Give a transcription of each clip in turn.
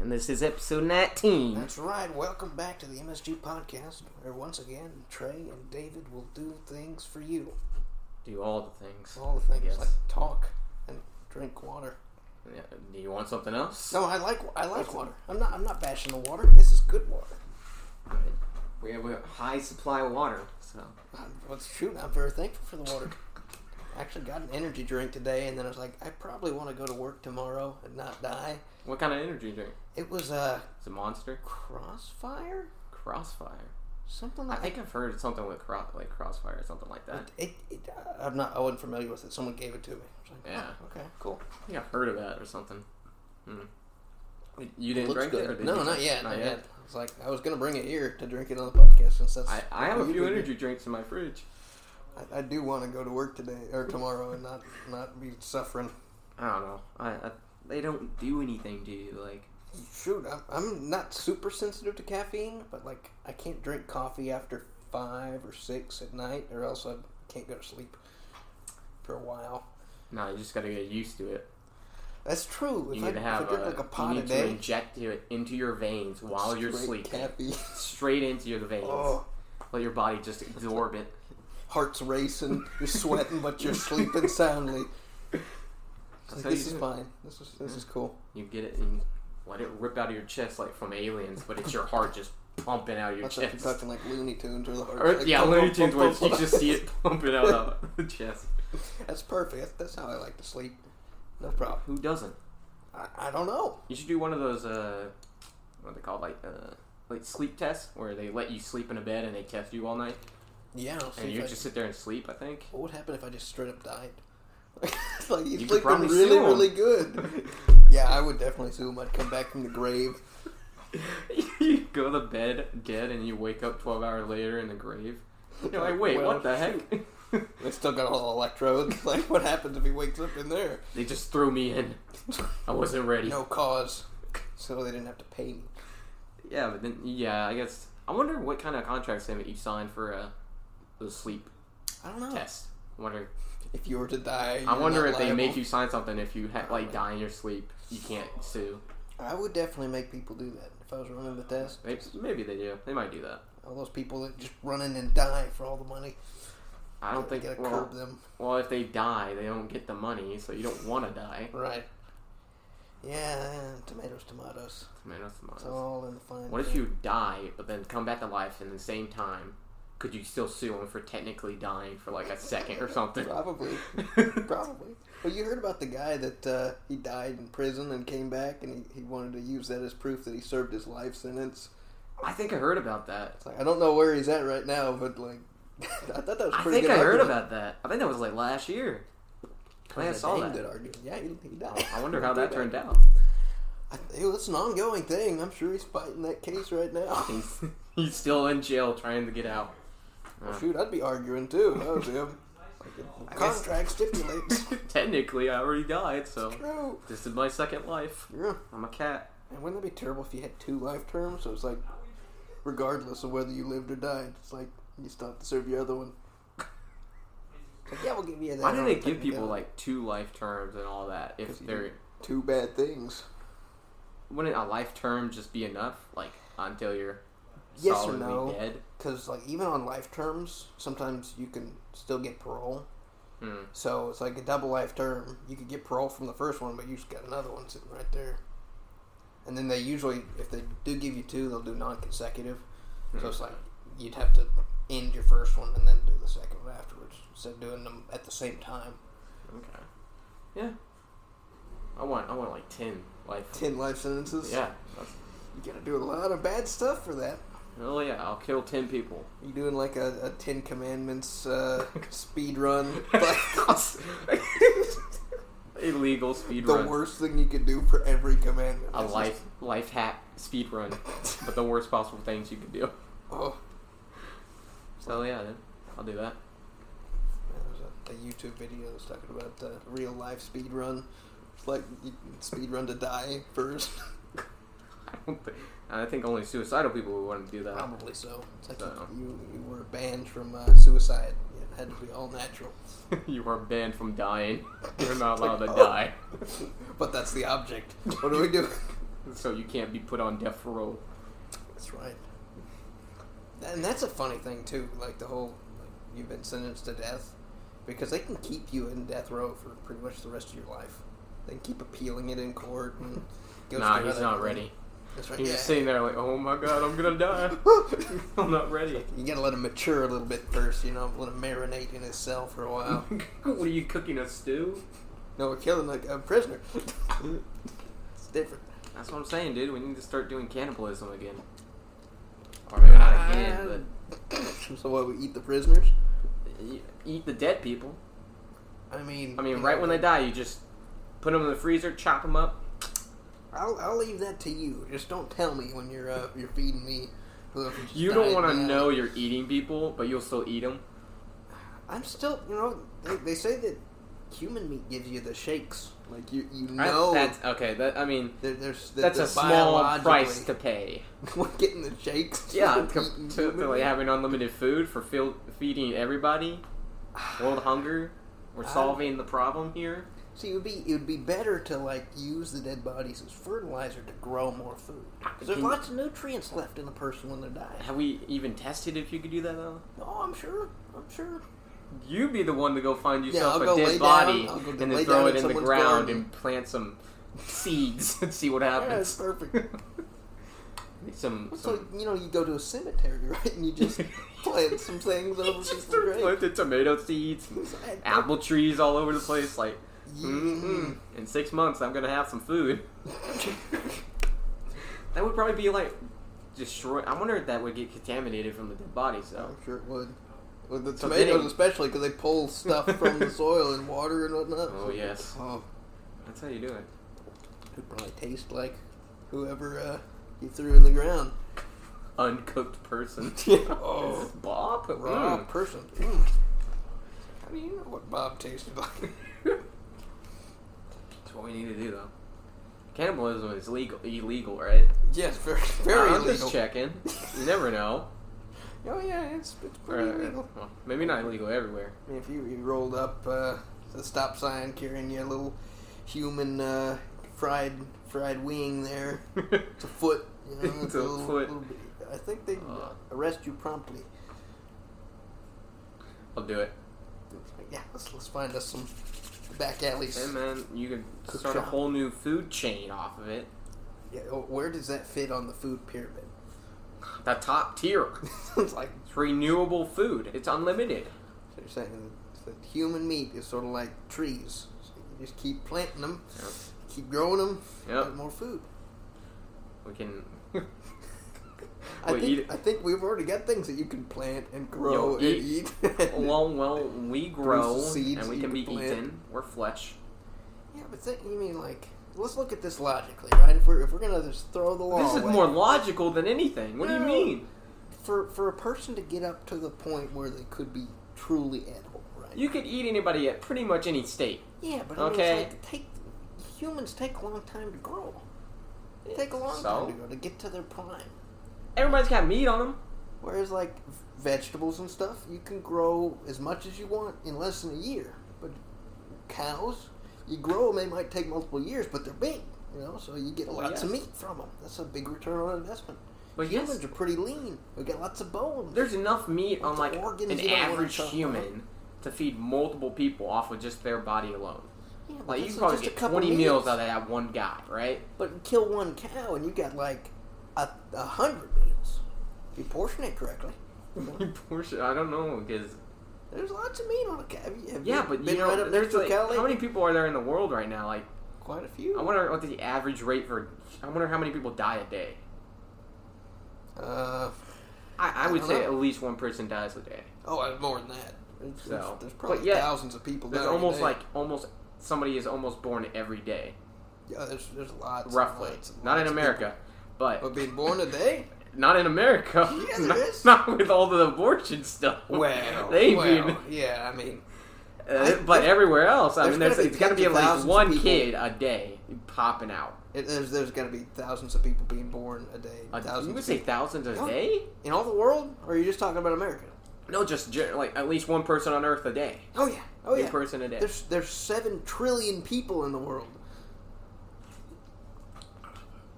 and this is episode 19. That's right. Welcome back to the MSG podcast, where once again Trey and David will do things for you. Do all the things. All the things Yes. like talk and drink water. Yeah, Do you want something else? No, I like I like water. I'm not I'm not bashing the water. This is good water. Right. We have a high supply of water, so. I'm, well, shoot, I'm very thankful for the water. I actually got an energy drink today, and then I was like, I probably want to go to work tomorrow and not die. What kind of energy drink? It was a Is it Monster? crossfire, Crossfire. something I like think I've heard something with cro- like Crossfire or something like that. It, it, I'm not. I wasn't familiar with it. Someone gave it to me. I was like, Yeah. "Oh, okay, cool. I think I've heard of that or something. Hmm. You didn't Looks drink good. it? Or did no, you? not yet. Not Not yet? yet. I was like, I was gonna bring it here to drink it on the podcast since that's. I, I have a you few do. energy drinks in my fridge. I, I do want to go to work today or tomorrow and not not be suffering. I don't know. I, I they don't do anything to you. Like Shoot, I'm, I'm not super sensitive to caffeine, but like I can't drink coffee after five or six at night, or else I can't go to sleep for a while. no, you just gotta get used to it. That's true. If You I, need to have if I drink a, like a you pot a need to day, inject it into your veins while you're straight sleeping, caffeine. straight into your veins. Oh, Let your body just absorb it. heart's racing. You're sweating, but you're sleeping soundly. It's That's like, how this you is do it. fine. This is this is cool. You get it and let it rip out of your chest like from aliens, but it's your heart just pumping out of your That's like you're chest. talking like Looney Tunes or the heart. Or, like, yeah, pump, Looney pump, Tunes where pump, you pump. just see it pumping out of the chest. That's perfect. That's, that's how I like to sleep. No problem. Who doesn't? I, I don't know. You should do one of those uh, what are they called like uh, like sleep tests where they let you sleep in a bed and they test you all night Yeah. I'll see and if you I- just sit there and sleep. I think. What would happen if I just straight up died? like he's could looking probably really, sue him. really good. yeah, I would definitely sue him. I'd come back from the grave. you go to bed dead and you wake up 12 hours later in the grave. You're like, wait, Well, what the heck? They still got all the electrodes. Like, what happens if he wakes up in there? they just threw me in. I wasn't ready. No cause. So they didn't have to pay me. Yeah, but then, yeah, I guess. I wonder what kind of contracts they make you sign for uh, the sleep I don't know. test. I wonder, If you were to die, I Oh. you're wonder not if they liable. Oh, make you sign something if you ha- like die in your sleep, you can't sue. I would definitely make people do that if I was running the test. Maybe, maybe they do. They might do that. All those people that just run in and die for all the money. I don't think. gotta curb Well, them. well, if they die, they don't get the money, so you don't want to die. Right. Yeah, tomatoes, tomatoes. Tomatoes, tomatoes. It's all in the fine. What if print. you die, but then come back to life in the same time? Could you still sue him for technically dying for like a second or something? Probably. Probably. Well, you heard about the guy that uh, he died in prison and came back, and he, he wanted to use that as proof that he served his life sentence. I think I heard about that. It's like I don't know where he's at right now, but like I thought that was a I pretty think good. I heard argument. about that. I think that was like last year. I think I It's a saw damn that. Good argument. Yeah, he, he died. I wonder how that turned out. I, it, it's an ongoing thing. I'm sure he's fighting that case right now. He's, he's still in jail trying to get out. uh, Well, shoot, I'd be arguing too. if I was him. Like, the contract stipulates. Technically, I already died, so True. this is my second life. Yeah. I'm a cat. And wouldn't that be terrible if you had two life terms? So it's like, regardless of whether you lived or died, it's like you still have to serve your other one. It's Like, yeah, we'll give you that. Why do I'll they take give the people gun. like two life terms and all that? If 'Cause you they're two bad things? wouldn't a life term just be enough? Like until you're Yes or solidly no? dead? Because like even on life terms, sometimes you can still get parole. Hmm. So it's like a double life term. You could get parole from the first one, but you just got another one sitting right there. And then they usually, if they do give you two, they'll do non-consecutive. So it's like you'd have to end your first one and then do the second one afterwards instead of doing them at the same time. Okay. Yeah. I want I want like ten life. Ten life sentences. Yeah. that's- you gotta do a lot of bad stuff for that. Oh yeah, I'll kill ten people. You doing like a, a Ten Commandments uh, speed run? Illegal speed the run. worst thing you could do for every commandment. A It's life life hack speed run, but the worst possible things you could do. just- Oh, So yeah, then I'll do that. Yeah, There's a, a YouTube video that's talking about uh, real life speed run. It's like you can speed run to die first. I don't think. I think only suicidal people would want to do that. Probably so. It's like So. you, you, you were banned from uh, suicide. It had to be all natural. you are banned from dying. You're not allowed to Like, oh. die. But that's the object. What do we do? so you can't be put on death row. That's right. And that's a funny thing too, like the whole like, you've been sentenced to death because they can keep you in death row for pretty much the rest of your life. They can keep appealing it in court and goes nah, through he's other- not ready. That's right. He's yeah. just sitting there like, oh my god, I'm gonna die. I'm not ready. you gotta let him mature a little bit first, you know, let him marinate in his cell for a while. what are you cooking a stew? no, we're killing like a prisoner. it's different. That's what I'm saying, dude. We need to start doing cannibalism again. Or maybe Uh, not again, but so what? We eat the prisoners? e- eat the dead people. I mean, I mean, you right know, when they die, you just put them in the freezer, chop them up. I'll, I'll leave that to you. Just don't tell me when you're uh, you're feeding me. who if just You don't died want to now. know you're eating people, but you'll still eat them. I'm still, you know, they, they say that human meat gives you the shakes. Like you, you I- know, that's okay. That I mean, there, there's that that's a there's small price biologically- to pay. We're getting the shakes. Yeah, from to, eating to, human to like meat. having unlimited food for fil- feeding everybody, world hunger. We're I- solving the problem here. See, it would be it would be better to like use the dead bodies as fertilizer to grow more food. 'Cause there's Can- lots of nutrients left in a person when they're dying. Have we even tested if you could do that though? Oh, I'm sure. I'm sure. You be the one to go find yourself I'll a go lay dead down, body I'll go and lay then down throw in it in the someone's ground garden. and plant some seeds and see what Yeah, happens. it's perfect. Some, It's like some you know, you go to a cemetery, right? And you just plant some things over people's just start graves. planting tomato seeds, and Exactly. apple trees all over the place. Like, Mhm. mm in six months, I'm gonna have some food. That would probably be like destroy. I wonder if that would get contaminated from the dead bodies though. I'm sure it would. With the So tomatoes, they- especially because they pull stuff from the soil and water and whatnot. Oh yes, Oh, that's how you do it. it probably tastes like whoever uh, you threw in the ground. Uncooked person. Oh. This is Bob. Raw Mm. person. Mm. I mean, I know what Bob tasted Mm. like. That's what we need to do, though. Cannibalism is legal, illegal, right? yes, very, very I'm illegal. just checking. You never know. Oh yeah, it's, it's Or, pretty uh, illegal. well, maybe not illegal everywhere. I mean, if you, you rolled up uh, the stop sign carrying your little human uh, fried fried wing there, it's a foot. You know, It's a little, foot. little bit- I think they Uh. arrest you promptly. I'll do it. It's like, yeah, let's, let's find us some back alleys. Hey, man, you can Cook start a shop. whole new food chain off of it. Yeah, oh, where does that fit on the food pyramid? The top tier. it's like It's renewable food. It's unlimited. so you're saying that human meat is sort of like trees. So you just keep planting them, Yep. keep growing them, Yep. get more food. We can. I Well, think eat- I think we've already got things that you can plant and grow Yo, and eat. eat. well, well, we grow seeds and we you can can be plant. eaten. We're flesh. Yeah, but think, you mean like let's look at this logically, right? If we're if we're gonna just throw the law This is away, more logical than anything. What do No. you mean? for for a person to get up to the point where they could be truly edible, right? You could eat anybody at pretty much any state. yeah, but I Okay. mean, it's like take humans take a long time to grow. They take a long So? time to grow to get to their prime. Everybody's got meat on them. Whereas like v- vegetables and stuff, you can grow as much as you want in less than a year. But cows, you grow them, they might take multiple years, but they're big, you know. So you get Well, lots of yes. meat from them. That's a big return on investment. But Oh, yes, Humans are pretty lean. We got lots of bones. there's enough meat on like Organs an you don't wanna average talk about. human to feed multiple people off of just their body alone. yeah, but Like you that's can probably just a get couple 20 meals. meals out of that one guy, right? But you kill one cow and you got like a, a hundred meals. If you portion it correctly. Portion, I don't know because There's lots of meat on a cow. Have you, have yeah, you but been you know, right up there's next to like, a cow lately? how many people are there in the world right now? Like, Quite a I few. wonder what the average rate for. I wonder how many people die a day. Uh, I, I would don't say know. at least one person dies a day. Oh, uh, more than that. There's, So, there's- there's but probably yet, thousands of people. There's dying a almost day. like almost somebody is almost born every day, yeah, there's there's lots. and roughly. lots and Not in lots of America, but people. But being born a day, Not in America. Yeah, there not, is. not with all the abortion stuff. well, they well, mean, yeah. I mean, uh, I- but everywhere else, I there's mean, there's, gotta be it's got to be at tens least of one thousands of kid a day popping out. it, there's there's got to be thousands of people being born a day. A, thousands you would of say people. thousands a No. day? in all the world, or are you just talking about America? No, just gen- like at least one person on Earth a day. Oh yeah, oh One yeah. person a day. There's there's seven trillion people in the world.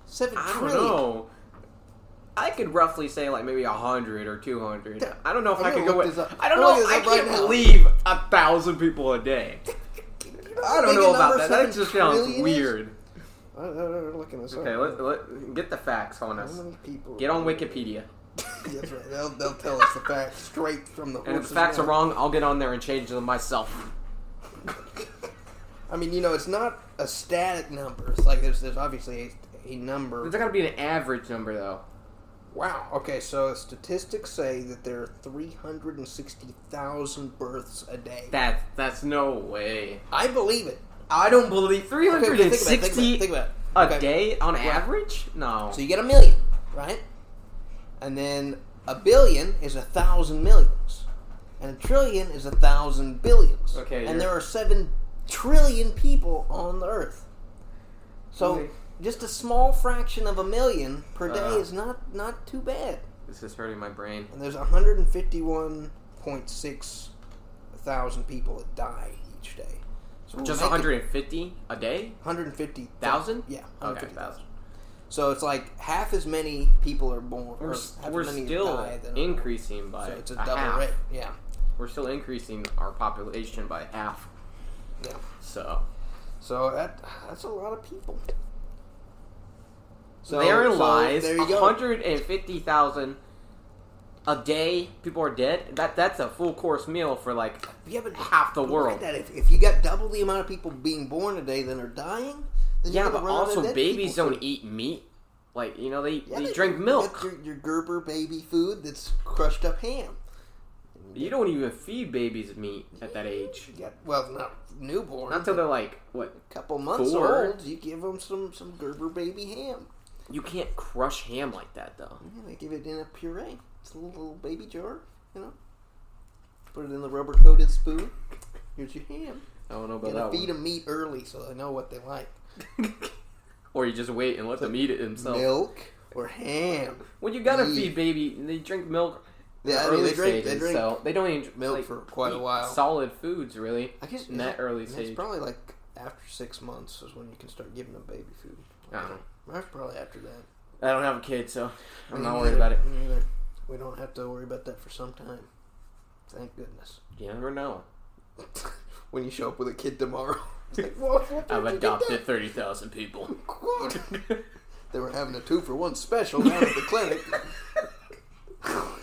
Seven I don't trillion. know. I could roughly say like maybe hundred or two hundred. Yeah. I don't know if I'm I gonna could go. look With, this up. I don't I'm gonna know. look I this up right can't now. believe a thousand people a day. I don't Big know about number, that. seven That just sounds trillion is- weird. I don't know, they're looking this Okay, up. let, let get the facts on How us. many people? Get on Wikipedia, That's right. They'll, they'll tell us the facts straight from the and if horse's the facts are mouth. wrong, I'll get on there and change them myself. I mean, you know, it's not a static number. It's like there's, there's obviously a, a number. There's got to be an average number though. Wow. Okay, so statistics say that there are 360,000 births a day. That that's no way. I believe it. I don't believe three Okay, hundred and think about it, think about it, sixty think about it. a Okay. day on average. No. So you get a million, right? And then a billion is a thousand millions. And a trillion is a thousand billions. Okay, And you're- there are seven trillion people on the earth. So Okay. just a small fraction of a million per day Uh. is not not too bad. This is hurting my brain. And there's 151.6 thousand people that die each day. So we'll Just make it 150 a day? 150,000? Thousand? Yeah, Okay, 150,000. thousand. So it's like half as many people are born. We're, or s- half we're as many still die than are born. increasing by So it's a a double half. rate. Yeah, We're still increasing our population by half. yeah. So, So that that's a lot of people. So therein so lies There you go. 150,000 a day. People are dead. That that's a full course meal for like Yeah, but half the look at world. that. If, if you got double the amount of people being born today than are dying, then Yeah, you but also babies don't eat meat. Like you know they, they, drink milk. Your, your Gerber baby food that's crushed up ham. You don't even feed babies meat at that age. You got, well, not newborn. Not till they're like what a couple months four. old. You give them some some Gerber baby ham. You can't crush ham like that, though. Yeah, they give it in a puree. It's a little, little baby jar, you know. Put it in the rubber coated spoon. Here's your ham. I don't know about Gotta that feed one. them meat early so they know what they like. Or you just wait and let them eat it themselves. Milk or ham. Well, you gotta Milk. feed baby. They drink milk. in Yeah, the I mean, early they drink, stages, they drink. so they don't even milk like, for quite a eat while. Solid foods, really. I guess in that yeah, early it's stage. probably like after six months is when you can start giving them baby food. I don't know. That's probably after that. I don't have a kid, so I'm Me not worried neither. about it. Me neither. We don't have to worry about that for some time. Thank goodness. You never know. when you show up with a kid tomorrow, it's like, what, what I've did you get that adopted thirty thousand people. They were having a two for one special down at the clinic.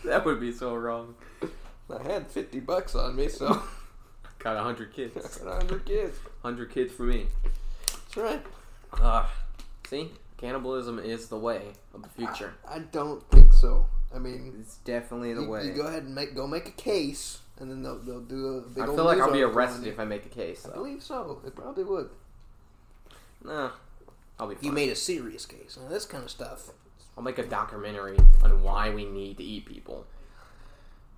that would be so wrong. I had fifty bucks on me, so Got hundred I kids. got hundred kids. Hundred kids for me. That's right. Ah, see, cannibalism is the way of the future. I don't think so. I mean, It's definitely the Ah. you, way. you go ahead and make go make a case, and then they'll they'll do a big. I old feel like news I'll be article on arrested you. if I make a case. I Though. believe so. They probably would. Nah, I'll be fine. You made a serious case. Now this kind of stuff. I'll make a documentary on why we need to eat people.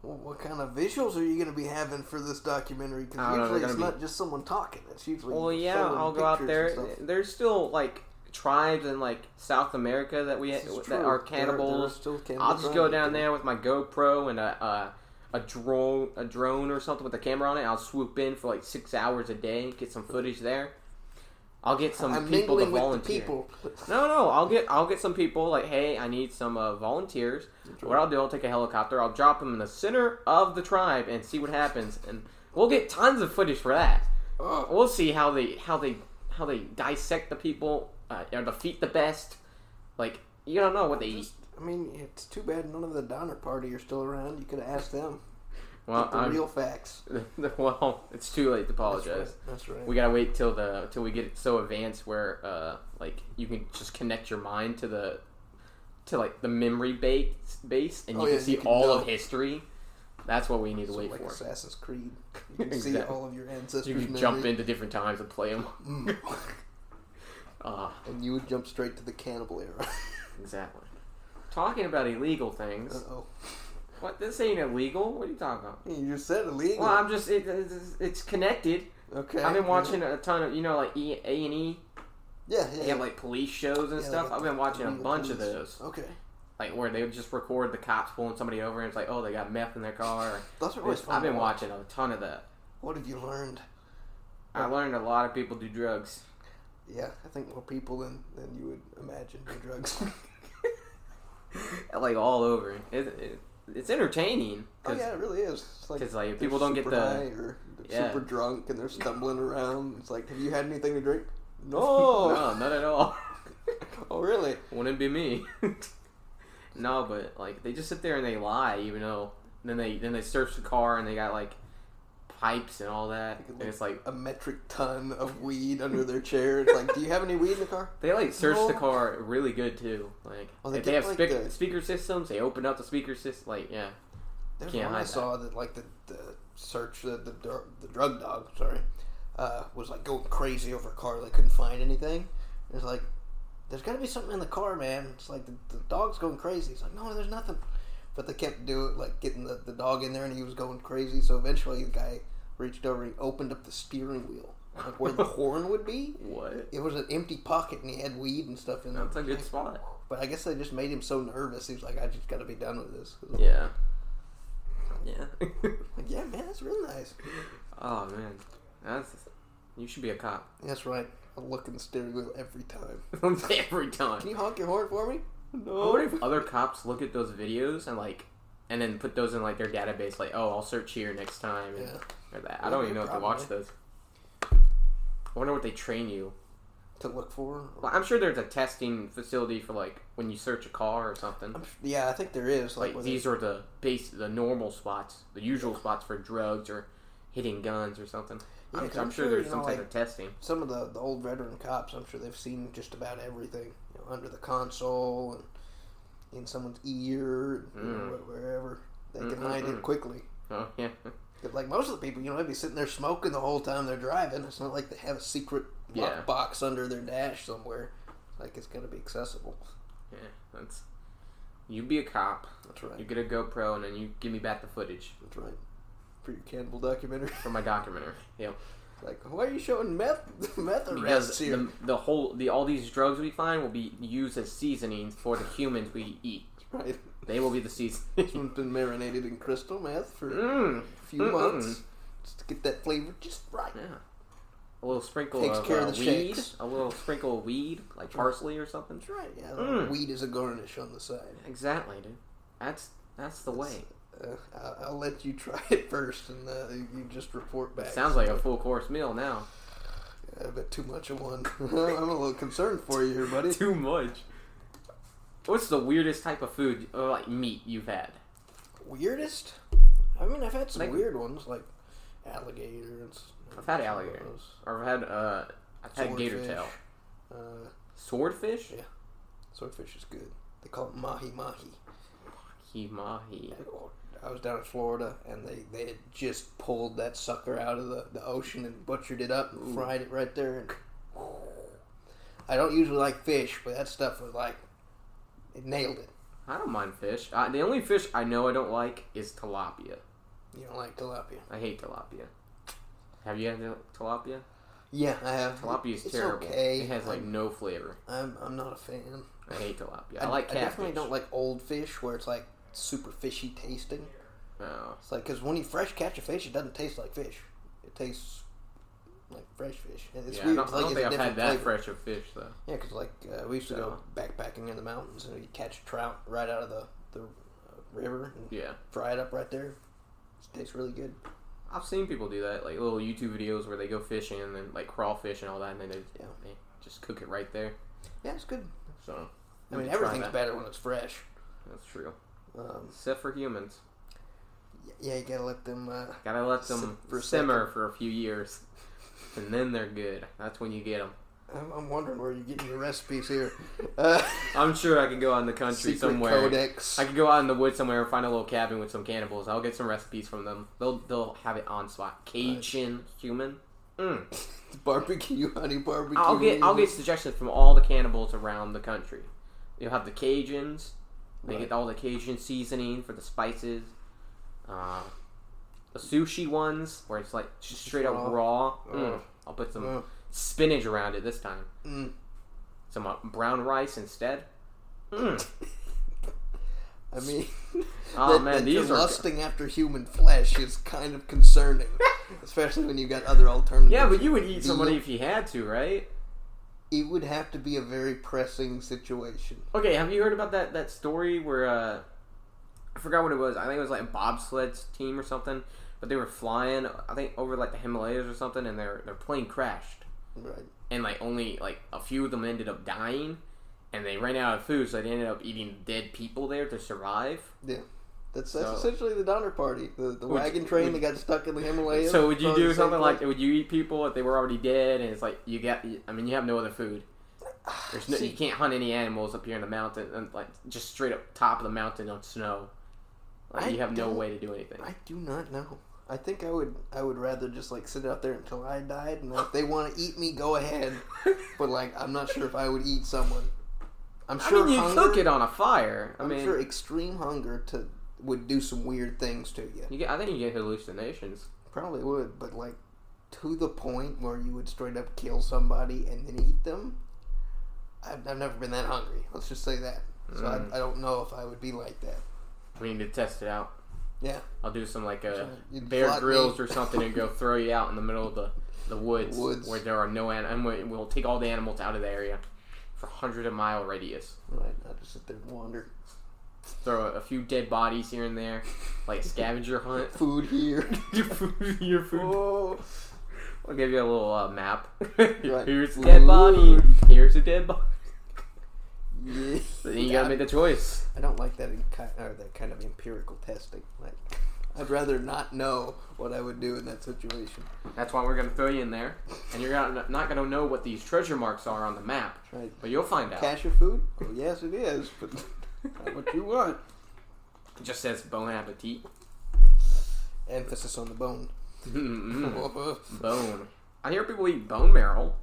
Well, what kind of visuals are you going to be having for this documentary? I Because don't know, usually they're it's gonna not just someone talking. It's usually Well, yeah, showing I'll go out pictures and there. uh, stuff. There's still like tribes in like South America that we This is true. that are There- there cannibals. still I'll just go cannibals out down there with my GoPro and a, a a drone a drone or something with a camera on it. I'll swoop in for like six hours a day, get some footage there. I'll get some I'm people to mingling volunteer. with the people. No, no, I'll get I'll get some people like, hey, I need some uh, volunteers. What I'll do, I'll take a helicopter, I'll drop them in the center of the tribe and see what happens, and we'll get tons of footage for that. Oh, We'll see how they how they how they dissect the people uh, or defeat the best. Like you don't know what they eat. I mean, it's too bad none of the Donner Party are still around. You could have asked them. Well, Get the I'm, real facts. well, it's too late to That's right. apologize. That's right. We gotta wait till the till we get so advanced where uh like you can just connect your mind to the to like the memory base base and Oh, you yeah, can see you can all know. of history. That's what we need to So wait like for. Assassin's Creed. You can see Exactly. all of your ancestors. you can memories. jump into different times and play them. Mm. Ah, and you would jump straight to the cannibal era. exactly. Talking about illegal uh things. oh. What? This ain't illegal. What are you talking about? You said illegal. Well, I'm just it, it's, it's connected. okay. I've been watching a ton of you know like E A and E. Yeah, yeah. They have like police shows and Yeah, stuff. like I've been watching a illegal bunch of police. those. okay. like where they would just record the cops pulling somebody over and it's like, oh, they got meth in their car. That's what always fun. I've been to watch. watching a ton of that. What have you learned? I learned a lot of people do drugs. Yeah, I think more people than, than you would imagine do drugs. like all over. It, it, it's entertaining oh because yeah, it really is. It's like, 'cause, like, if they're people don't get super the- high or they're yeah. super drunk and they're stumbling around. It's like, have you had anything to drink? No. no, not at all. Oh really? Wouldn't be me. no, but like they just sit there and they lie, even though then they then they search the car and they got like pipes and all that. And it's like A metric ton of weed under their chair. It's like, do you have any weed in the car? They like search the No. car really good too. Like Well, they if they get, have like, speak- the- speaker systems, they open up the speaker system. Like yeah, There's Can't one I hide that. saw that. like the, the search the the, dr- the drug dog sorry uh, was like going crazy over a car they couldn't find anything. It's like there's got to be something in the car, man. It's like the, the dog's going crazy. It's like no, there's nothing. But they kept doing like getting the, the dog in there and he was going crazy. So eventually the guy reached over and opened up the steering wheel like where the horn would be. what? It was an empty pocket and he had weed and stuff in there. That's a good spot. But I guess they just made him so nervous. He was like, I just got to be done with this. Yeah, yeah. Like, yeah, man, that's real nice. oh man, that's you should be a cop That's right. I look in the steering wheel every time. every Can time. you honk your horn for me? What if other cops look at those videos and like, and then put those in like their database? Like oh, I'll search here next time. And, Yeah. or that. I don't even know if they watch Probably. those. I wonder what they train you. To look for? Well, I'm sure there's a testing facility for like when you search a car or something. I'm s- yeah, I think there is. Like, like with these are the base the normal spots the usual spots for drugs or hitting guns or something Yeah, I'm, 'cause I'm I'm sure, sure, there's you some know, type like- of testing some of the, the old veteran cops, I'm sure they've seen just about everything. You know, under the console and in someone's ear, and, you know, Mm. wh- wherever. They Mm, can mm, hide mm. it quickly. oh yeah 'Cause, like most of the people, you know, they'd be sitting there smoking the whole time they're driving. It's not like they have a secret lock Yeah. box under their dash somewhere. Like it's going to be accessible. yeah that's you be a cop That's you right. get a GoPro and then you give me back the footage That's right. For your cannibal documentary. for my documentary yeah Like, why are you showing meth meth because arrests here? the, the whole the all these drugs we find will be used as seasonings for the humans we eat Right. they will be the season This one's been marinated in crystal meth for mm, a few Mm-mm. months. Just to get that flavor just right. yeah a little sprinkle Takes of care uh, of the weed shakes. a little sprinkle of weed like parsley or something That's right, yeah. Mm. Weed is a garnish on the side. Exactly, dude. That's that's the way. Uh, I'll, I'll let you try it first, and uh, you you just report back. It sounds like a full course meal now. a bit too much of one. I'm a little concerned for you here, buddy. Too much. What's the weirdest type of food, or like meat, you've had? Weirdest? I mean, I've had some Like- weird ones, like alligator. And, s- I've had some of alligator. those. Or I've had uh, I've had gator Swordfish. tail, Uh, swordfish, Yeah. swordfish is good. They call it mahi mahi. kimahi. I was down in Florida, and they, they had just pulled that sucker out of the, the ocean and butchered it up and fried it right there. And I don't usually like fish, but that stuff was like, it nailed it. I don't mind fish. Uh, the only fish I know I don't like is tilapia. You don't like tilapia? I hate tilapia. Have you had til- tilapia? Yeah, I have. Tilapia is it's terrible. okay. It has like I'm, no flavor. I'm, I'm not a fan. I hate tilapia. I, like catfish. I definitely don't like old fish where it's like super fishy tasting. Oh. It's like because when you fresh catch a fish, it doesn't taste like fish. It tastes like fresh fish. And It's Yeah, I weird. don't, It's I like don't think it's a I've different had that flavor. fresh of fish though. Yeah, because like uh, we used to go backpacking in the mountains, and you catch trout right out of the the uh, river and Yeah. fry it up right there. It tastes really good. I've seen people do that, like little YouTube videos where they go fishing and then like crawfish and all that, and then they, Yeah. they just cook it right there. Yeah, it's good. So I you mean, can try everything's that. better when it's fresh. That's true, Um, except for humans. y- yeah, you gotta let them. Uh, Gotta let them Sim- for a simmer for a few years, and then they're good. That's when you get them. I'm, I'm wondering where you're getting your recipes here. Uh, I'm sure I can go out in the country secret somewhere. codex. I could go out in the woods somewhere and find a little cabin with some cannibals. I'll get some recipes from them. They'll they'll have it on spot. Cajun human. Mm. barbecue, honey barbecue. I'll get I'll get suggestions from all the cannibals around the country. You'll have the Cajuns. They get all the Cajun seasoning for the spices. Uh, the sushi ones where it's like just straight up raw. Mm. Ugh. I'll put some Ugh. spinach around it this time. Mm. Some uh, brown rice instead. Mm. I mean, Oh that, man, that these you're are lusting after human flesh is kind of concerning, especially when you've got other alternatives. yeah, but you would eat Veal. somebody if you had to, right? it would have to be a very pressing situation. Okay, have you heard about that that story where uh, I forgot what it was. I think it was like a bobsleds team or something, but they were flying. I think over like the Himalayas or something, and their their plane crashed, Right. and like only like a few of them ended up dying, and they ran out of food, so they ended up eating dead people there to survive. Yeah. That's, that's So- essentially the Donner Party, the, the Would- wagon train would- that got stuck in the Himalayas. So would you probably do the same something like place. would you eat people if they were already dead? And it's like you got. I mean, you have no other food. There's no, See- you can't hunt any animals up here in the mountain, and like just straight up top of the mountain on snow. Like I you have no don't- way to do anything. I do not know. I think I would I would rather just like sit out there until I died, and if they want to eat me, go ahead. But like, I'm not sure if I would eat someone. I'm I sure mean, you hunger. cook it on a fire. I I'm mean, sure extreme hunger to would do some weird things to you. you get. I think you get hallucinations. Probably would, but like to the point where you would straight up kill somebody and then eat them. I've, I've never been that hungry. Let's just say that. So Mm. I, I don't know if I would be like that. We need to test it out. Yeah. I'll do some like a You'd bear flog grills me. or something and go throw you out in the middle of the, the woods, Woods. where there are no an- and we- we'll take all the animals out of the area for hundred a mile radius. Right. I just sit there and wander. Throw a few dead bodies here and there, like a scavenger hunt. Food here. your food, your food. Whoa. I'll give you a little uh, map. Here's a Food. dead body. Here's a dead body. Yeah. Then you gotta make the choice. I don't like that in kind or that kind of empirical testing. Like, I'd rather not know what I would do in that situation. That's why we're gonna throw you in there, and you're gonna, not gonna know what these treasure marks are on the map, Right? but you'll find out. Cash your food? Oh, yes, it is. But not what you want. It just says bon appetit. Emphasis on the bone. Mm-mm. bone. I hear people eat bone marrow,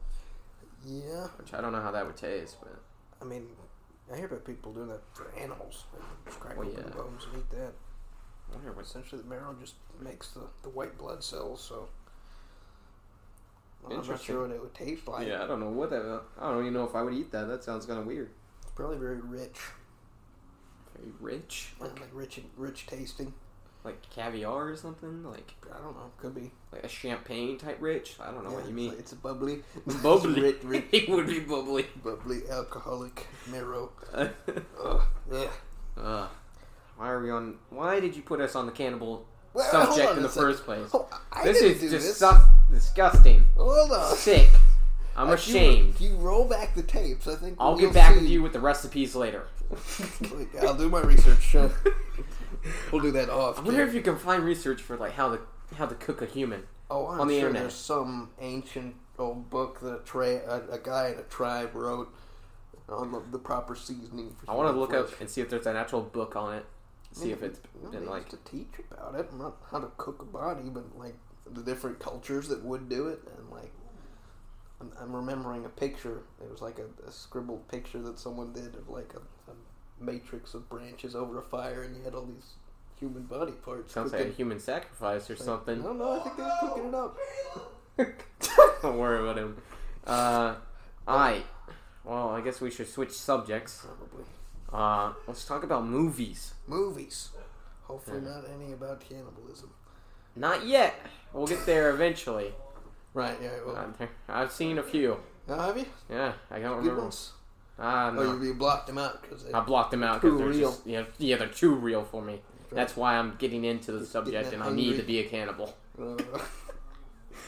yeah. which I don't know how that would taste, but I mean, I hear about people doing that for animals. Like, just crack Well, open the yeah. bones and eat that. I wonder what's Essentially, the marrow just makes the, the white blood cells, so. I'm not Interesting. sure what it would taste like. Yeah, I don't know what that. I don't even know if I would eat that. That sounds kind of weird. It's probably very rich. Very rich, Like, like rich and rich tasting. like caviar or something, like I don't know. Could be. like a champagne type rich. I don't know what you Yeah, it's mean. like- It's a bubbly, it's bubbly. rich, rich, it would be bubbly. bubbly alcoholic marrow. uh, Ugh, yeah. why are we on? Why did you put us on the cannibal Well, hold subject on in a the second. first place? Oh, I this didn't is do dis- this. disgusting. Hold on. Sick. I'm If you- ashamed. If you roll back the tapes, I think I'll you'll get back see. with you with the recipes later. Wait, I'll do my research. Sean. we'll do that off. I wonder camera. if you can find research for like how to how to cook a human. Oh, I'm on the sure internet. there's some ancient old book that a, tra- a, a guy in a tribe wrote on the, the proper seasoning. For I want to human look flesh. up and see if there's an actual book on it. See if it's Well, they been like used to teach about it, not how to cook a body, but like the different cultures that would do it, and like I'm, I'm remembering a picture. It was like a, a scribbled picture that someone did of like a, a matrix of branches over a fire, and you had all these human body parts. sounds like a cooking. human sacrifice or something. No, no, I think they were cooking it up. Don't worry about him. Uh, all right. Well, I guess we should switch subjects. Probably Uh, let's talk about movies. movies. Hopefully, Yeah. not any about cannibalism. Not yet. We'll get there eventually. Right? Yeah. Well, Uh, there- I've seen a few. now, have you Yeah, I don't good remember. ones? Ah, Oh, no. you, you blocked them out because I blocked them out because Too they're real. just yeah, yeah, they're too real for me. That's why I'm getting into the subject, that and I need hungry. to be a cannibal.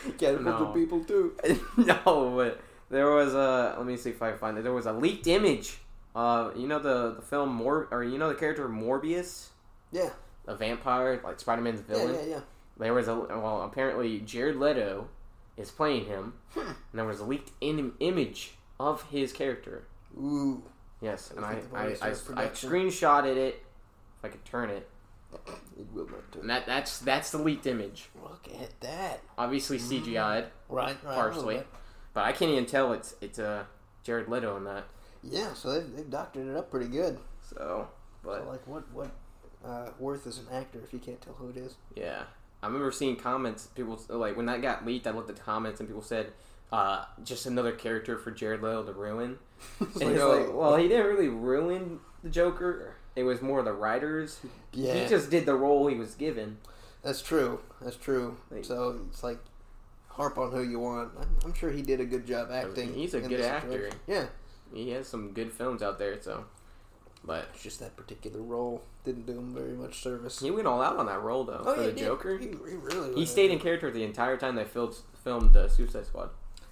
Uh, cannibal No. to people too. no, but there was a. Let me see if I can find it. There was a leaked image. Uh, you know the the film Mor or you know the character Morbius, Yeah, the vampire, like Spider Man's yeah, villain. yeah, yeah. There was a well, apparently Jared Leto is playing him, Hmm. and there was a leaked in- image of his character. Ooh, Yes, and I think the I, virus I, was I production. screenshotted it. If I could turn it, it will not do. and that that's that's the leaked image. Look at that. Obviously CGI'd, Right, right. partially, but I can't even tell it's it's uh, Jared Leto in that. Yeah, so they've, they've doctored it up pretty good. So, but So, like, what what uh, worth is an actor if you can't tell who it is? Yeah, I remember seeing comments. People like when that got leaked. I looked at the comments and people said, uh, "Just another character for Jared Leto to ruin." It's And like, it's oh, like, well, he didn't really ruin the Joker. It was more the writers. yeah, He just did the role he was given. that's true. That's true. Like- so it's like harp on who you want. I'm, I'm sure he did a good job acting. he's a in good this actor. situation. Yeah, He has some good films out there, so. But it's just that particular role didn't do him very much service. he went all out on that role though Oh, for yeah, the he did. Joker. He, he really. He went stayed in in. character the entire time they filmed filmed the Suicide Squad.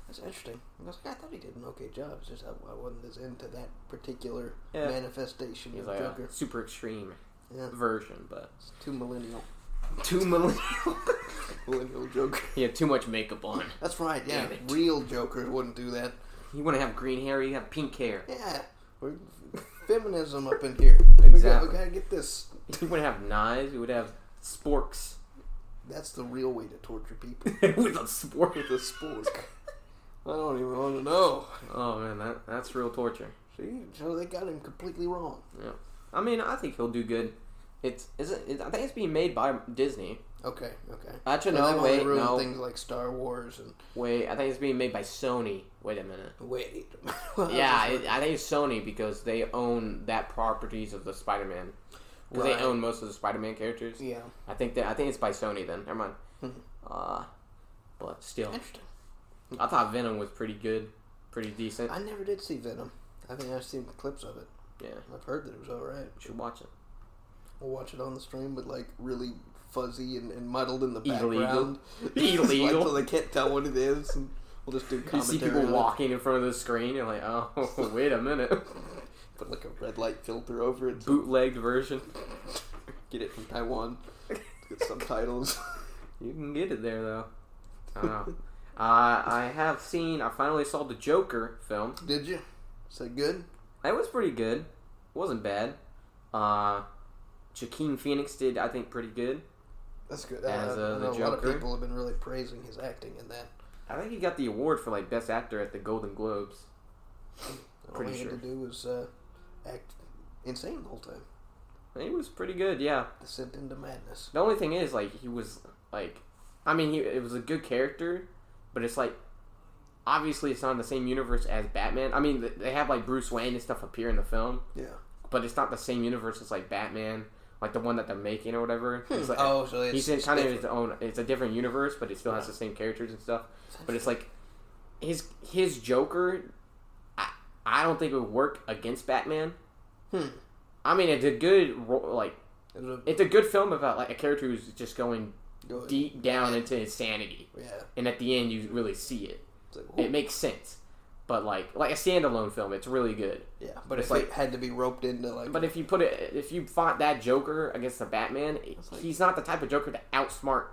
That's interesting. I was like, I thought he did an okay job. It's just I, I wasn't as into that particular Yeah. manifestation He's of like "Oh." Joker. a super extreme Yeah, version, but it's too millennial. too millennial. Millennial Joker. he had too much makeup on. That's right. Yeah, Damn it. real Jokers wouldn't do that. He wouldn't have green hair. He'd have pink hair. Yeah, we're feminism up in here. We, gotta, Exactly. we gotta get this. He wouldn't have knives. He would have sporks. That's the real way to torture people. With a spork. With a spork. I don't even want to know. Oh man, that, that's real torture. See, so they got him completely wrong. I mean, I think he'll do good. It's is it, it, I think it's being made by Disney. Okay, okay. Actually, Now no, they've wait, only ruined no, things like Star Wars and wait. I think it's being made by Sony. Wait a minute. wait. Yeah, I, I think it's Sony because they own that properties of the Spider-Man. 'Cause Right. they own most of the Spider-Man characters. yeah. I think that I think it's by Sony. Then never mind. Mhm. uh, but still, Interesting. I thought Venom was pretty good, pretty decent. I never did see Venom. I think I've seen clips of it. Yeah, you I've heard that it was all right. should watch it. We'll watch it on the stream, but like really fuzzy and, and muddled in the Illegal. background. like, Illegal. so they can't tell what it is. And we'll just do You commentary. see people on it. walking in front of the screen, you're like, oh, wait a minute, Put like a red light filter over it. bootlegged version. Get it from Taiwan. Get subtitles. You can get it there though. I don't know. Uh, I have seen. I finally saw the Joker film. Did you? Is that good? It was pretty good. It wasn't bad. Uh, Joaquin Phoenix did, I think, pretty good. That's good. As, I, uh, the I know a lot of Joker. people have been really praising his acting in that. I think he got the award for like best actor at the Golden Globes. Pretty All he sure. had to do was uh, act insane the whole time. He was pretty good. Yeah. Descent into madness. The only thing is, like, he was like, I mean, he it was a good character, but it's like, obviously, it's not in the same universe as Batman. I mean, th- they have like Bruce Wayne and stuff appear in the film, Yeah. but it's not the same universe as like Batman, like the one that they're making or whatever. It's like, oh, so it's, he's in it's kind of different. his own. It's a different universe, but it still has the same characters and stuff. But it's like his his Joker. I, I don't think it would work against Batman. Hmm. I mean, it's a good ro- like It was it's a good film about like a character who's just going a good- deep down into insanity, Yeah. and at the end you really see it. It's like, It makes sense, but like like a standalone film, it's really good. yeah, but it's if like- it had to be roped into like But if you put it, if you fought that Joker against the Batman, like- he's not the type of Joker to outsmart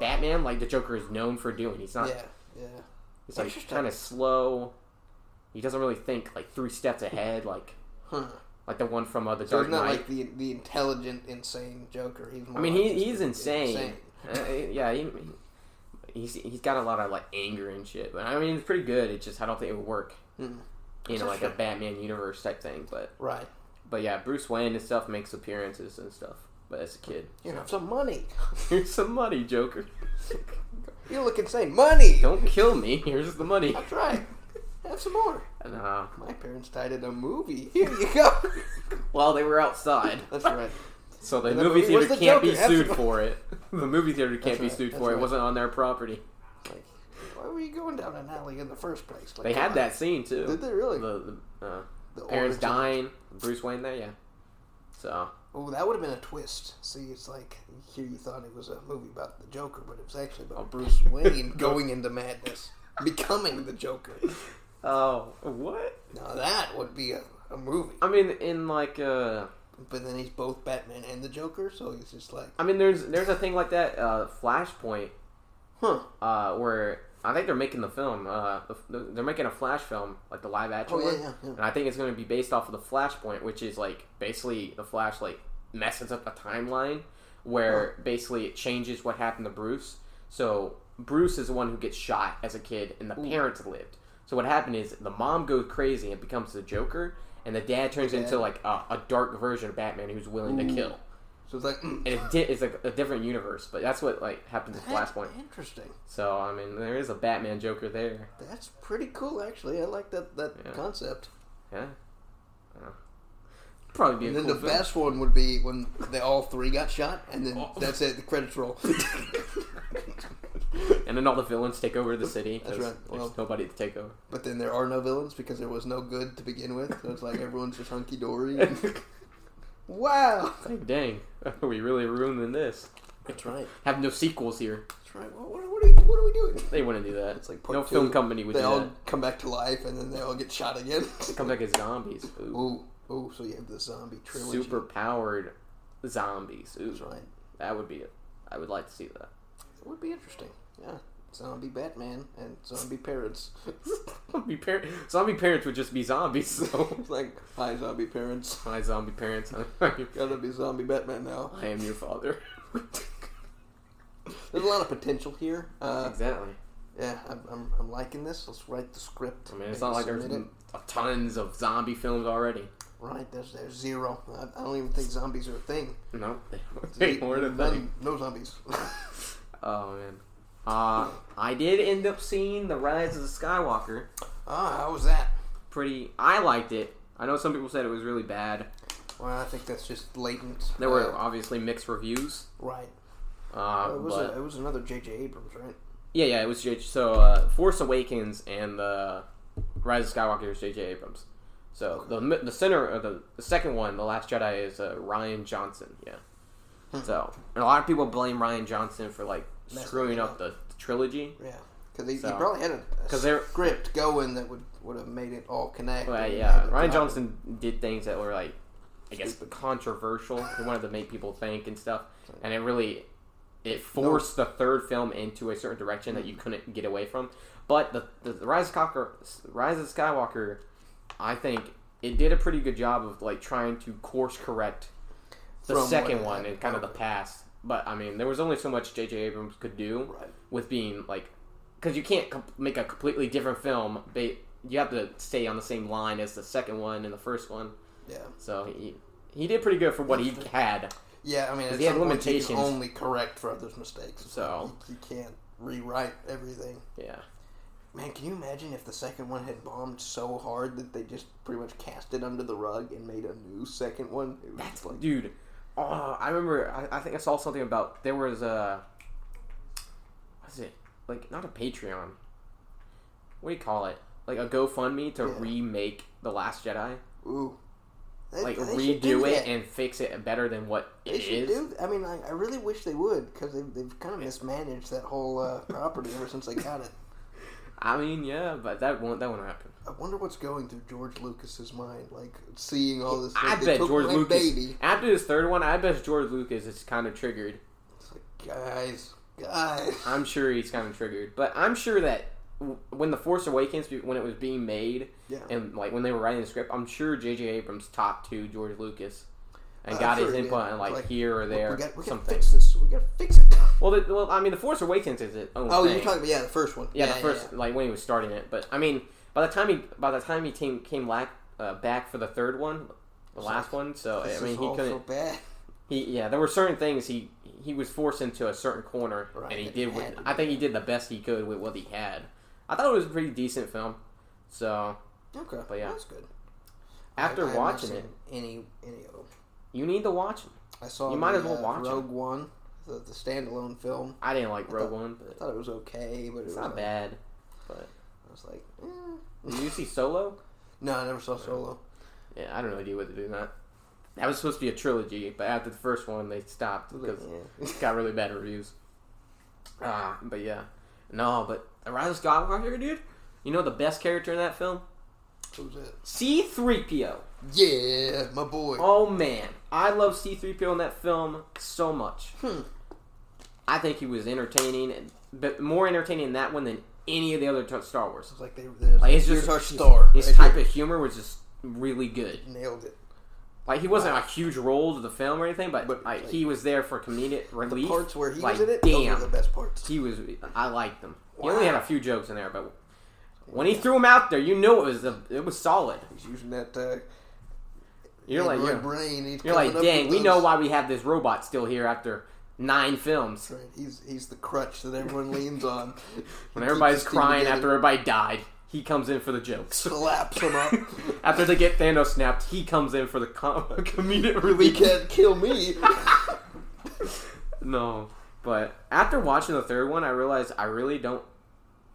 Batman like the Joker is known for doing. He's not. yeah, yeah, He's like Interesting. kind of slow. He doesn't really think like three steps ahead, like huh. like the one from uh, the So Dark he's not Knight. like the the intelligent, insane Joker. He's more I mean, like he, just he's the insane. Uh, yeah, he, he's he's got a lot of like anger and shit. But I mean, it's pretty good. It just I don't think it would work Hmm. in like a Interesting. Batman universe type thing. But Right. but yeah, Bruce Wayne and stuff makes appearances and stuff. But as a kid, You have some money. here's some money, Joker. You look insane. Money. Don't kill me. Here's the money. That's right. Have some more. And, uh, My parents died in a movie. Here you go. while they were outside, That's right. so the And the movie movie was theater the can't be Joker. That's sued right. for it. The movie theater can't That's be right. sued That's for it. It right. wasn't on their property. Like, why were you going down an alley in the first place? Like, They come had on. that scene too. Oh, Did they really? The, the uh, The parents origin. dying, Bruce Wayne there, yeah. So Oh, that would have been a twist. See, it's like here you thought it was a movie about the Joker, but it was actually Oh, about Bruce Wayne going into madness, becoming the Joker. Oh, what? Now that would be a, a movie. I mean, in like, uh, But then he's both Batman and the Joker, so he's just like, I mean, there's there's a thing like that, uh, Flashpoint, huh? uh, where I think they're making the film, uh, they're making a Flash film, like the live action Oh one, yeah, yeah, yeah. and I think it's going to be based off of the Flashpoint, which is like basically the Flash like messes up the timeline where basically it changes what happened to Bruce. So Bruce is the one who gets shot as a kid, and the parents lived. So what happened is the mom goes crazy and becomes the Joker, and the dad turns into like a, a dark version of Batman who's willing to kill. So it's like, mm, And it di- it's a, a different universe, but that's what like happens at Flashpoint. Interesting. So I mean, there is a Batman Joker there. That's pretty cool, actually. I like that that Yeah. concept. Yeah, Yeah. probably be a And then cool the film. best one would be when they all three got shot, and then Oh. that's it. The credits roll. and then all the villains take over the city That's because right. there's Well- nobody to take over. But then there are no villains because there was no good to begin with. So it's like everyone's just hunky dory. and- wow. Like, dang, we really ruining this. That's right. Have no sequels here. That's right. What, what, what, are, we, what are we doing? They wouldn't do that. It's like part No two. film company would They do all that. come back to life and then they all get shot again. Come back as zombies. Ooh. Ooh, ooh. So you have the zombie trilogy. Super powered zombies. Ooh. That's right. That would be it. I would like to see that. It would be interesting. Yeah. Zombie Batman and zombie parents. Zombie, par- zombie parents would just be zombies. So. it's like, hi, zombie parents. My zombie parents. I Gotta be zombie Batman now. am your father. Uh, There's a lot of potential here. Uh, exactly. yeah, I'm, I'm, I'm liking this. Let's write the script. I mean, it's Maybe not like there's submit it. m- tons of zombie films already. Right, there's, there's zero. I, I don't even think zombies are a thing. No, they weren't a None- thing. No zombies. Oh man. Uh, I did end up seeing The Rise of the Skywalker. ah, how was that? Pretty. I liked it. I know some people said it was really bad. Well, I think that's just latent. There were uh, obviously mixed reviews. right. Uh, it was but a, it was another J.J. Abrams, right? yeah, yeah, it was J. So uh, Force Awakens and the Rise of Skywalker is J.J. Abrams. So the mi- the center of the, the second one, the Last Jedi, is uh, Ryan Johnson. Yeah. So and a lot of people blame Ryan Johnson for like Hmm. Messing screwing it up the, the trilogy. Yeah, because he, So- probably had a, a 'Cause they're- script going that would would have made it all connect. Well, and yeah, have it Ryan happen. Johnson did things that were like, I guess, controversial. He wanted to make people think and stuff, and it really it forced the third film into a certain direction that you Mm-hmm. couldn't get away from. But the, the, the Rise of Skywalker, Rise of Skywalker, I think it did a pretty good job of like trying to course correct the From what second had one and kind of the happened. past. But I mean, there was only so much J.J. Abrams could do Right. with being like because you can't com- make a completely different film but you have to stay on the same line as the second one and the first one Yeah, so he he did pretty good for what he had yeah. I mean, at he had some point, you can limitations. only correct for others' mistakes. It's So- like, you, you can't rewrite everything. yeah Man, can you imagine if the second one had bombed so hard that they just pretty much cast it under the rug and made a new second one? It was just like dude oh i remember i, I think i saw something about there was a what's it like not a patreon what do you call it like a gofundme to Yeah. remake the last jedi ooh. They- like they should do redo it that. and fix it better than what it They is. should do. I mean, I, I really wish they would because they've, they've kind of mismanaged that whole uh, property ever since they got it. i mean yeah but that won't that won't happen I wonder what's going through George Lucas's mind, like seeing all this. I like, they bet took George my Lucas Baby. after this third one. I bet George Lucas is kind of triggered. It's like, guys, guys. I'm sure he's kind of triggered, but I'm sure that w- when the Force Awakens, be- when it was being made, Yeah. and like when they were writing the script, I'm sure J.J. Abrams talked to George Lucas and Uh, got sure his he input did. on like, Like, here or there, we got we got to something. fix this. We got to fix it. Well, the, well, I mean, the Force Awakens is its own Oh, thing. you're talking about yeah, the first one. yeah, the first like when he was starting it, but I mean, by the time he by the time he came came lack, uh, back for the third one, the last one, so This Oh, I mean is he all couldn't. so bad. He yeah, there were certain things he he was forced into a certain corner, Right, and he that did. he What, had to I think he did the best he could with what he had. I thought it was a pretty decent film. So Okay, But yeah. that's good. I- after I have not watching it, seen any any of them. you need to watch it. I saw You might the, as well uh, watch it. Rogue One, the, the standalone film. I didn't like Rogue thought- One, I but thought it was okay, but it's it was not like- bad. But I was like, eh. did you see Solo? no, I never saw Solo. Yeah, I don't really do what to do that. That was supposed to be a trilogy, but after the first one, they stopped I was like, because eh. it got really bad reviews. Uh, but yeah, no, but the Rise of Skywalker, dude. You know the best character in that film? That was it. C three PO. Yeah, my boy. Oh man, I love C-3PO in that film so much. Hmm. I think he was entertaining, and- but more entertaining in that one than any of the other t- Star Wars. It's like they, there's, Like it's here's just our star. His right type of humor was just really good. here. nailed it. Like he wasn't a huge role to the film or anything, but, But, like, like, he was there for comedic The relief. parts where he like, was in it, those damn, were the best parts. he was. I liked them. He Wow. only had a few jokes in there, but when he threw them out there, you knew it was the, it was solid. He's using that. Uh, You're like, Android you're, brain. He's you're like, coming up dang, with we those- know why we have this robot still here after nine films. Right, He's he's the crutch that everyone leans on. When everybody's crying after everybody died, he comes in for the jokes. slaps him up. After they get Thanos snapped, he comes in for the com- comedic he relief. can't kill me. No, But after watching the third one, I realized I really don't.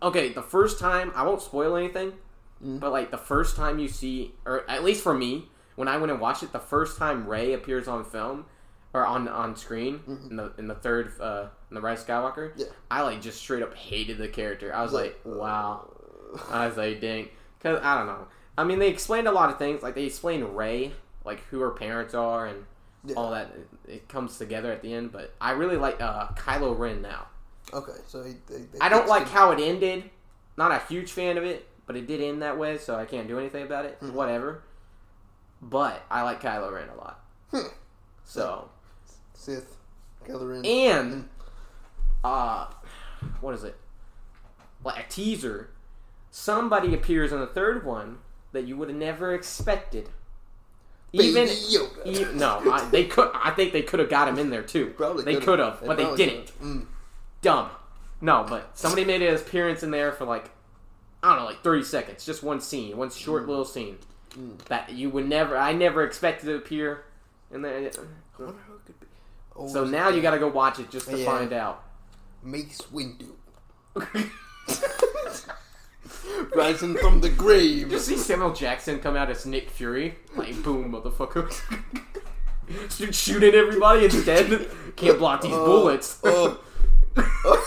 Okay, the first time I won't spoil anything, but like the first time you see, or at least for me, when I went and watched it, the first time Ray appears on film or on on screen in the in the third uh, in the Rise of Skywalker, Yeah. I like just straight up hated the character. I was like, Like, wow. I was like, dang, because I don't know. I mean, they explained a lot of things. Like they explained Ray, like who her parents are, and Yeah. all that. It, it comes together at the end. But I really like uh, Kylo Ren now. Okay, so he, they, they I don't fixed like it. how it ended. Not a huge fan of it, but it did end that way, so I can't do anything about it. Mm-hmm. Whatever. But I like Kylo Ren a lot. Hmm. So Sith, Kylo Ren. and uh, what is it? Like a teaser. Somebody appears in the third one that you would have never expected. Even Baby Yoda. e- no, I, they could. I think they could have got him in there too. Probably they could have, but they probably didn't could've. Mm. dumb. No, but somebody made an appearance in there for like I don't know, like thirty seconds, just one scene, one Mm. short little scene that you would never, I never expected to appear in there. I wonder who it could be. Oh, So is now it you got to go watch it just to Yeah. find out. Mace Windu rising from the grave. you see Samuel Jackson come out as Nick Fury, like boom, motherfucker. Shoot- Shooting everybody instead. Can't block these Oh, bullets. oh. uh.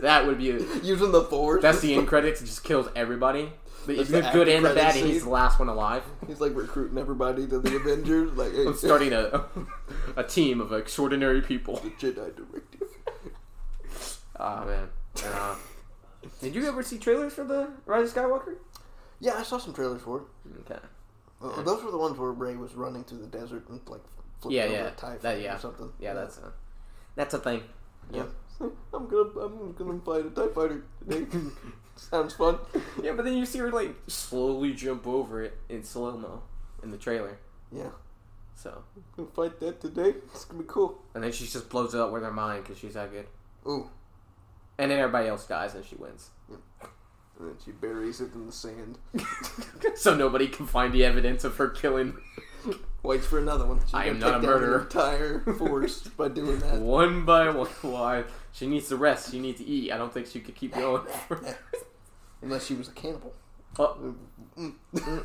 that would be Using the force. That's the end credits. It just kills everybody. The, That's the the good after and the bad, credits and he's the scene. last one alive. He's like recruiting everybody to the Avengers. Like, hey, I'm starting a a team of extraordinary people. Jedi directive. Oh man. Uh, did you ever see trailers for the Rise of Skywalker? Yeah, I saw some trailers for it. Okay. Uh, those were the ones where Ray was running through the desert and like flipped Yeah, over yeah. a tie That- fighter yeah. or something. Yeah, that's a that's a thing. Yeah. I'm gonna I'm gonna fight a tie fighter today. Sounds fun. Yeah, but then you see her like slowly jump over it in slow mo in the trailer. Yeah, So gonna fight that today. It's gonna be cool. and then she just blows it up with her mind because she's that good. Ooh, And then everybody else dies and she wins. and then she buries it in the sand. so nobody can find the evidence of her killing Waits for another one. She's I am gonna not take a down the murderer. Entire force by doing that. one by one. Why? She needs to rest. She needs to eat. I don't think she could keep going. Unless she was a cannibal. Oh, Mm.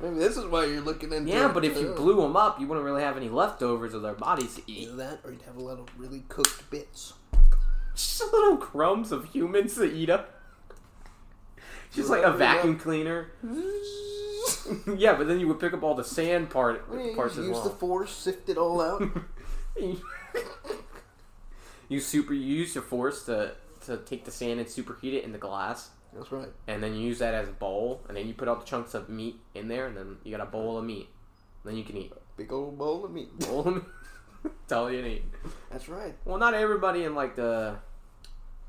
Maybe this is why you're looking into. yeah, it. but if you Uh, blew them up, you wouldn't really have any leftovers of their bodies to eat. either that, or you'd have a lot of really cooked bits. Just little crumbs of humans to eat up. Just like a vacuum cleaner. yeah, but then you would pick up all the sand part Yeah, parts as use the well. force, sift it all out. you super you use your force to to take the sand and superheat it in the glass. That's right. and then you use that as a bowl, and then you put all the chunks of meat in there, and then you got a bowl of meat. Then you can eat. Big old bowl of meat. Bowl of meat. That's all you need. That's right. Well, not everybody in like the,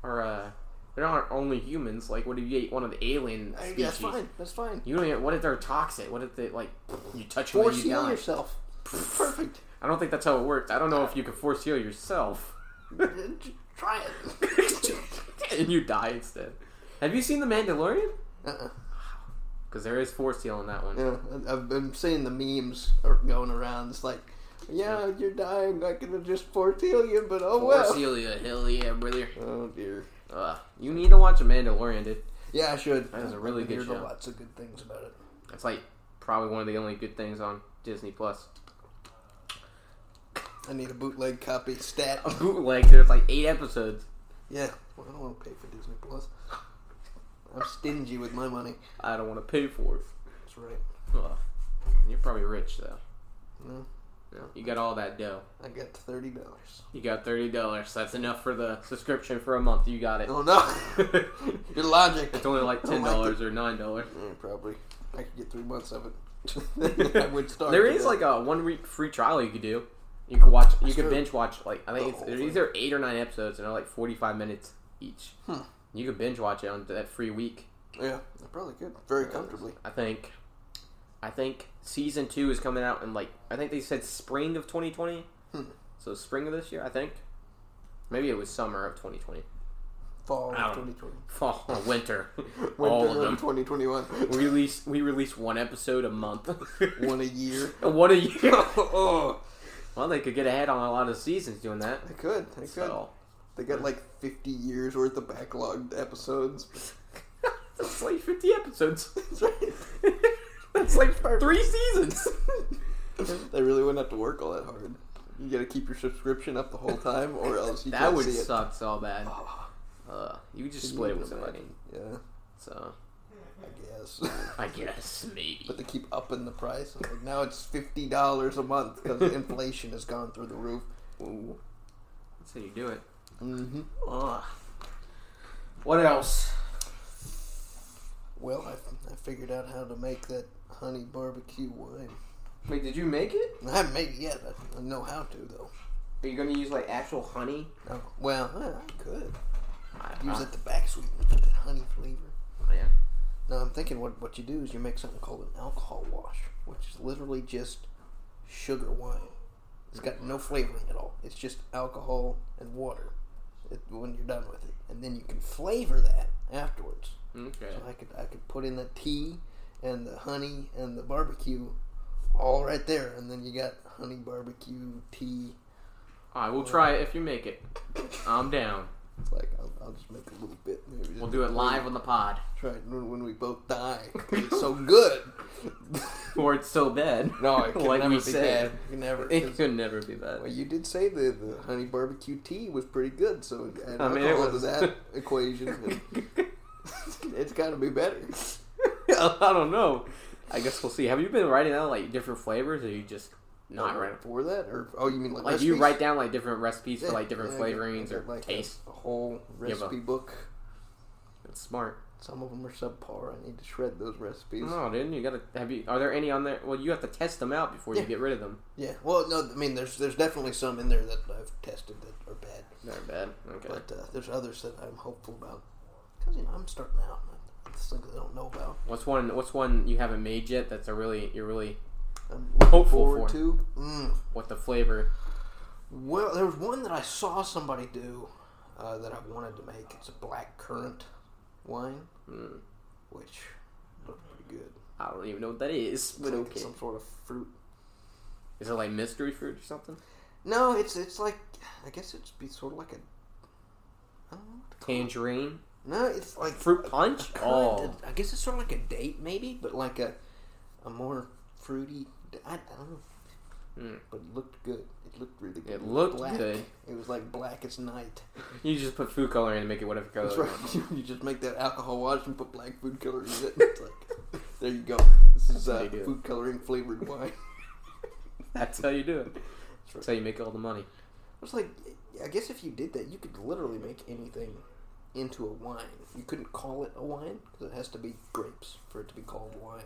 or uh, there aren't only humans. Like, what if you ate one of the alien I- species? That's fine. That's fine. You don't. Even, what if they're toxic? What if they like you touch them Force and you heal die? yourself. Perfect. I don't think that's how it works. I don't know if you can force heal yourself, J- Try it. and you die instead. Have you seen The Mandalorian? uh-uh. Because there is force heal in that one. Yeah, I- I've been seeing the memes are going around. It's like, yeah, you're dying. I could have just force heal you, but oh well. Force heal you, hell yeah, brother. Oh dear. Ugh, you need to watch a Mandalorian, dude. Yeah, I should. That is a I've really been good hearing show. Lots of good things about it. It's like probably one of the only good things on Disney Plus. I need a bootleg copy stat. A bootleg, there's like eight episodes. yeah, well, I don't want to pay for Disney Plus. I'm stingy with my money. I don't want to pay for it. That's right. Ugh. You're probably rich though. No, You got all that dough. I got thirty dollars. You got thirty dollars. That's enough for the subscription for a month. You got it. Oh no, it's your logic. only like I don't ten like dollars or nine dollars. Yeah, probably. I could get three months of it. I would start. There with is that. like a one week free trial you could do. You could watch. You That's could true. binge watch like I The think it's, whole they're thing. either eight or nine episodes, and they're like forty five minutes each. Hmm. You could binge watch it on that free week. yeah, I probably could very comfortably. I think, I think season two is coming out in like I think they said spring of 2020. Hmm. So spring of this year, I think. Maybe it was summer of 2020. Fall I of don't- 2020. Fall, or winter, Winter all of of them. 2021. We release we release one episode a month. One a year. One a year. oh, Well, they could get ahead on a lot of seasons doing that. I could. I could. So They got like 50 years worth of backlogged episodes. That's like 50 episodes. That's right. That's like three seasons. they really wouldn't have to work all that hard. You got to keep your subscription up the whole time, or else you that can't would see it. suck so bad. Oh, Uh, you could just can split you it with somebody. imagine? Yeah, So I guess. I guess maybe. but they keep upping the price. Like now it's fifty dollars a month because inflation has gone through the roof. Ooh. That's how you do it. Mm-hmm. Ugh. What else? Well, I, I figured out how to make that honey barbecue wine. Wait, did you make it? I haven't made it yet. I, I know how to though. Are you gonna use like actual honey? No. Well, yeah, I could I, use I- that tobacco sweetener for that honey flavor. Yeah. No, I'm thinking what what you do is you make something called an alcohol wash, which is literally just sugar wine. It's got no flavoring at all. It's just alcohol and water it, when you're done with it, and then you can flavor that afterwards. Okay. So I could I could put in the tea and the honey and the barbecue all right there, and then you got honey barbecue tea. All right, we'll try it if you make it. I'm down. It's like I'll, I'll just make a little bit. Maybe just We'll do it live on the pod, Try it when, when we both die. 'cause It's so good. or it's so bad. No, it can like never we be said, bad. It can never. it 'cause- could never be bad. well, you did say the, the honey barbecue tea was pretty good, so add I mean, it alcohol to was. that equation. And it's got to be better. I don't know. I guess we'll see. Have you been writing down like different flavors, or you just not writing? for that, or oh, you mean like, Like you recipes? write down like different recipes Yeah, for like different I got- I flavorings got, or like, uh, a- tastes. A, whole Yeah, but- recipe book. That's smart. Some of them are subpar. I need to shred those recipes. No, didn't you gotta have you? Are there any on there? Well, you have to test them out before Yeah. you get rid of them. Yeah. Well, no, I mean, there's there's definitely some in there that I've tested that are bad, They're bad. Okay. but uh, there's others that I'm hopeful about because you know I'm starting out. and There's things I don't know about. What's one? What's one you haven't made yet? That's a really you're really I'm looking Hopeful forward for. to. Mm. what the flavor? Well, there was one that I saw somebody do uh, that I wanted to make. It's a black currant wine, Mm, which looked pretty good. I don't even know what that is, It's but like okay. some sort of fruit Is it like mystery fruit or something? No, it's it's like I guess it'd be sort of like a. I don't know what to call it. Tangerine No, it's like fruit punch. kind Oh, of- I guess it's sort of like a date, maybe, but like a a more fruity. I, I don't know. Mm. But it looked good. It looked really good. It looked black. good. It was like black as night. you just put food coloring and make it whatever color. That's you right. want. you just make that alcohol wash and put black food coloring in it. It's like, there you go. This is That's what uh, they do. food coloring flavored wine. That's how you do it. That's That's how you make all the money. It's like, I guess if you did that, you could literally make anything into a wine. You couldn't call it a wine because it has to be grapes for it to be called wine.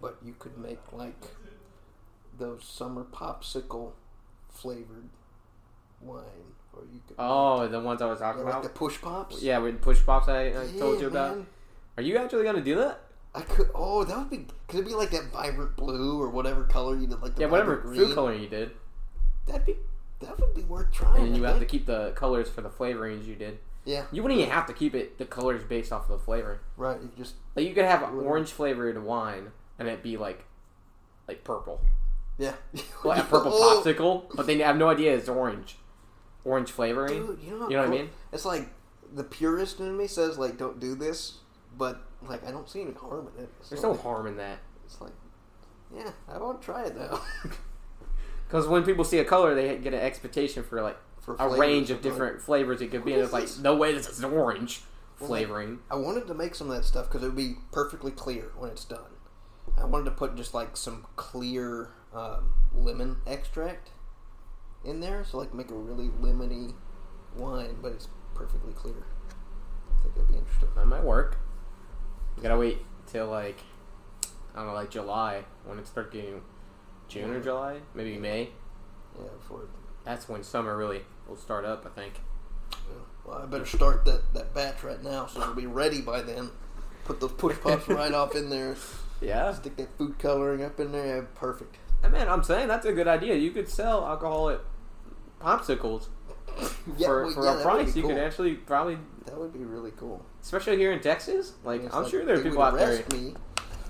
But you could make like those summer popsicle flavored wine, or you could Oh, the ones I was talking Yeah, like the about. push pops. Yeah, with push pops I, I told Yeah, you about. man. Are you actually gonna do that? I could. Oh, that would be. Could it be like that vibrant blue or whatever color you did? Like the Yeah, whatever vibrant food green? coloring you did, That'd be. That would be worth trying. and then you I have to think. keep the colors for the flavorings you did. Yeah. You wouldn't even have to keep it the colors based off of the flavor. Right. You just. Like you could have Wouldn't. orange flavored wine and it'd be like like purple. Yeah. Like a purple Oh. popsicle, but they have no idea it's orange. Orange flavoring. Dude, you know, how you know what I cool- mean? It's like the purist in me says like don't do this, but like I don't see any harm in it. So There's no harm in that. It's like, yeah, I won't try it though. Because when people see a color, they get an expectation for like For a flavors, range of like- different flavors it could be. What And it's is like, this? no way, this is an orange Well, flavoring. I wanted to make some of that stuff because it would be perfectly clear when it's done. I wanted to put just like some clear um, lemon extract in there, so like make a really lemony wine, but it's perfectly clear. I think that'd be interesting. That might work. You gotta wait till like, I don't know, like July when it starts getting June or July, maybe May. Yeah, before it That's when summer really will start up, I think. Well, I better start that, that batch right now so it'll be ready by then. Put those push pops right off in there. Yeah. Stick that food coloring up in there. yeah, Perfect. I mean, I'm saying that's a good idea. You could sell alcoholic popsicles for, well, for yeah, a that would price. be You could cool. actually probably, That would be really cool. especially here in Texas. Like, It's I'm like sure there are they would people out there. arrest me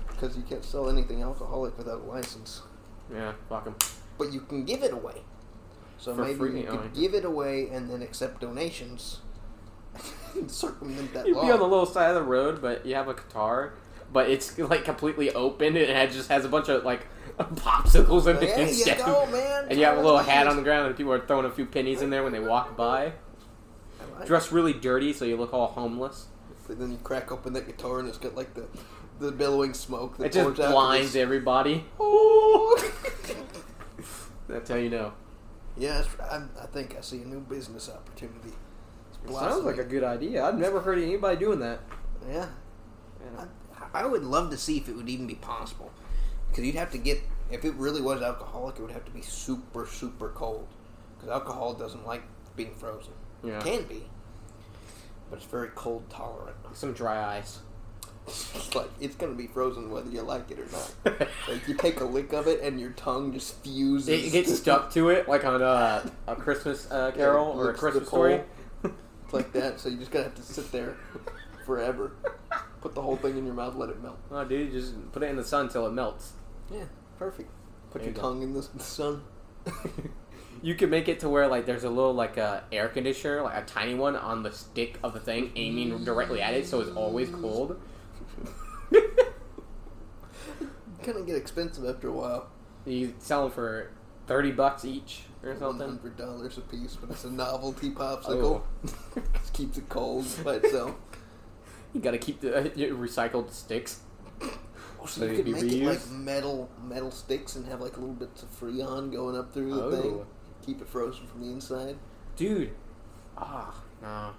because you can't sell anything alcoholic without a license, Yeah, fuck 'em. but you can give it away. So For maybe free, you oh, could yeah. give it away and then accept donations. and circumvent that You'd law. be on the little side of the road, but you have a guitar, but it's like completely open and it just has a bunch of like popsicles in Like, it "Hey, you instead. go, man. And you have a little hat on the Donations." ground, and people are throwing a few pennies in there when they walk by. I like Dressed really dirty, so you look all homeless. it. And then you crack open that guitar and it's got like the the billowing smoke that It just pours out. blinds everybody. Oh. That's how you know. yes, I, I think I see a new business opportunity. It's blossoming. good idea. I've never heard anybody doing that. yeah. I would love to see if it would even be possible. Because you'd have to get, if it really was alcoholic, it would have to be super, super cold. Because alcohol doesn't like being frozen. Yeah. It can be, but it's very cold tolerant. Some dry ice. It's like, it's going to be frozen whether you like it or not. like, you take a lick of it and your tongue just fuses. It gets stuck to it, like on a, a Christmas uh, Carol or a licks the Christmas pole. story. It's like that, so you just got to have to sit there forever. Put the whole thing in your mouth, let it melt. Oh, dude, just put it in the sun till it melts. Yeah, perfect. Put There you your go. tongue in the, the sun. you can make it to where like there's a little like uh, air conditioner, like a tiny one on the stick of the thing, aiming directly at it, so it's always cold. Kind of get expensive after a while. you sell them for thirty bucks each or something. hundred dollars a piece, but it's a novelty popsicle. Oh. Just keeps it cold by itself. You gotta keep the uh, your recycled sticks. Oh, So Let you it could be make it like reused? metal metal sticks and have like little bits of freon going up through the Oh. thing. Keep it frozen from the inside. Dude, ah, no.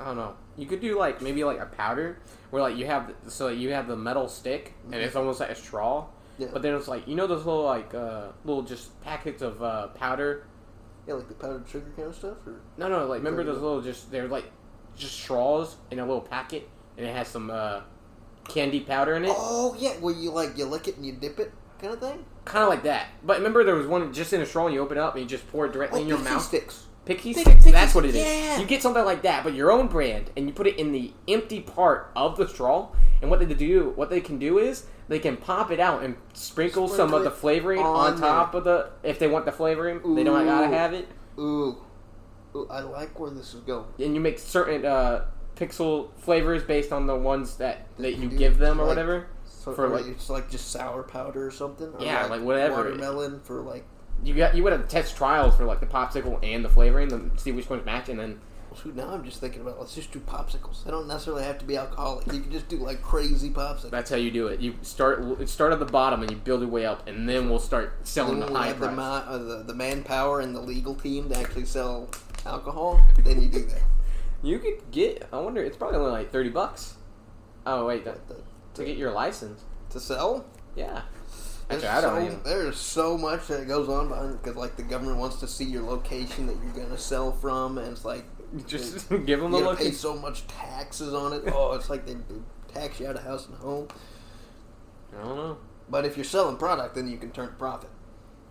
I don't know. You could do like maybe like a powder where like you have so you have the metal stick and it's almost like a straw, Mm-hmm. Yeah, but then it's like you know those little like uh, little just packets of uh, powder. yeah, like the powdered sugar kind of stuff. Or No, no, like remember Like- those little just they're like just straws in a little packet and it has some uh, candy powder in it, oh yeah, where you like you lick it and you dip it kind of thing. kind of like that. But remember there was one just in a straw and you open it up and you just pour it directly Oh, in your pixie mouth. sticks. Picky Pick- sticks. picky that's what it is. sticks, yeah. You get something like that, but your own brand, and you put it in the empty part of the straw. And what they do, what they can do is they can pop it out and sprinkle, some Sprinkle of the it flavoring on on, top of the. If they want the flavoring, they don't Ooh. gotta have it. Ooh, Ooh, I like where this is going. And you make certain uh, pixel flavors based on the ones that that you you do, give them or like- whatever. So For, for like- like, it's like just sour powder or something. Or Yeah, like whatever. Watermelon for like You got you got to test trials for like the popsicle and the flavoring, then see which ones match, and then Shoot, now I'm just thinking about let's just do popsicles. They don't necessarily have to be alcoholic. You can just do like crazy popsicles. that's how you do it. You start start at the bottom and you build your way up, and then we'll start selling Then the when we high have the, price. ma- uh, the the manpower and the legal team to actually sell alcohol, then you do that. You could get. I wonder. It's probably only like thirty bucks. Oh wait, that, But the- to get your license. to sell, Yeah. there's Actually, I don't so, even. there's so much that goes on behind because like the government wants to see your location that you're gonna sell from, and it's like Just give them a you gotta look. pay so much taxes on it. Oh, it's like they, they tax you out of house and home. I don't know. But if you're selling product, then you can turn a profit.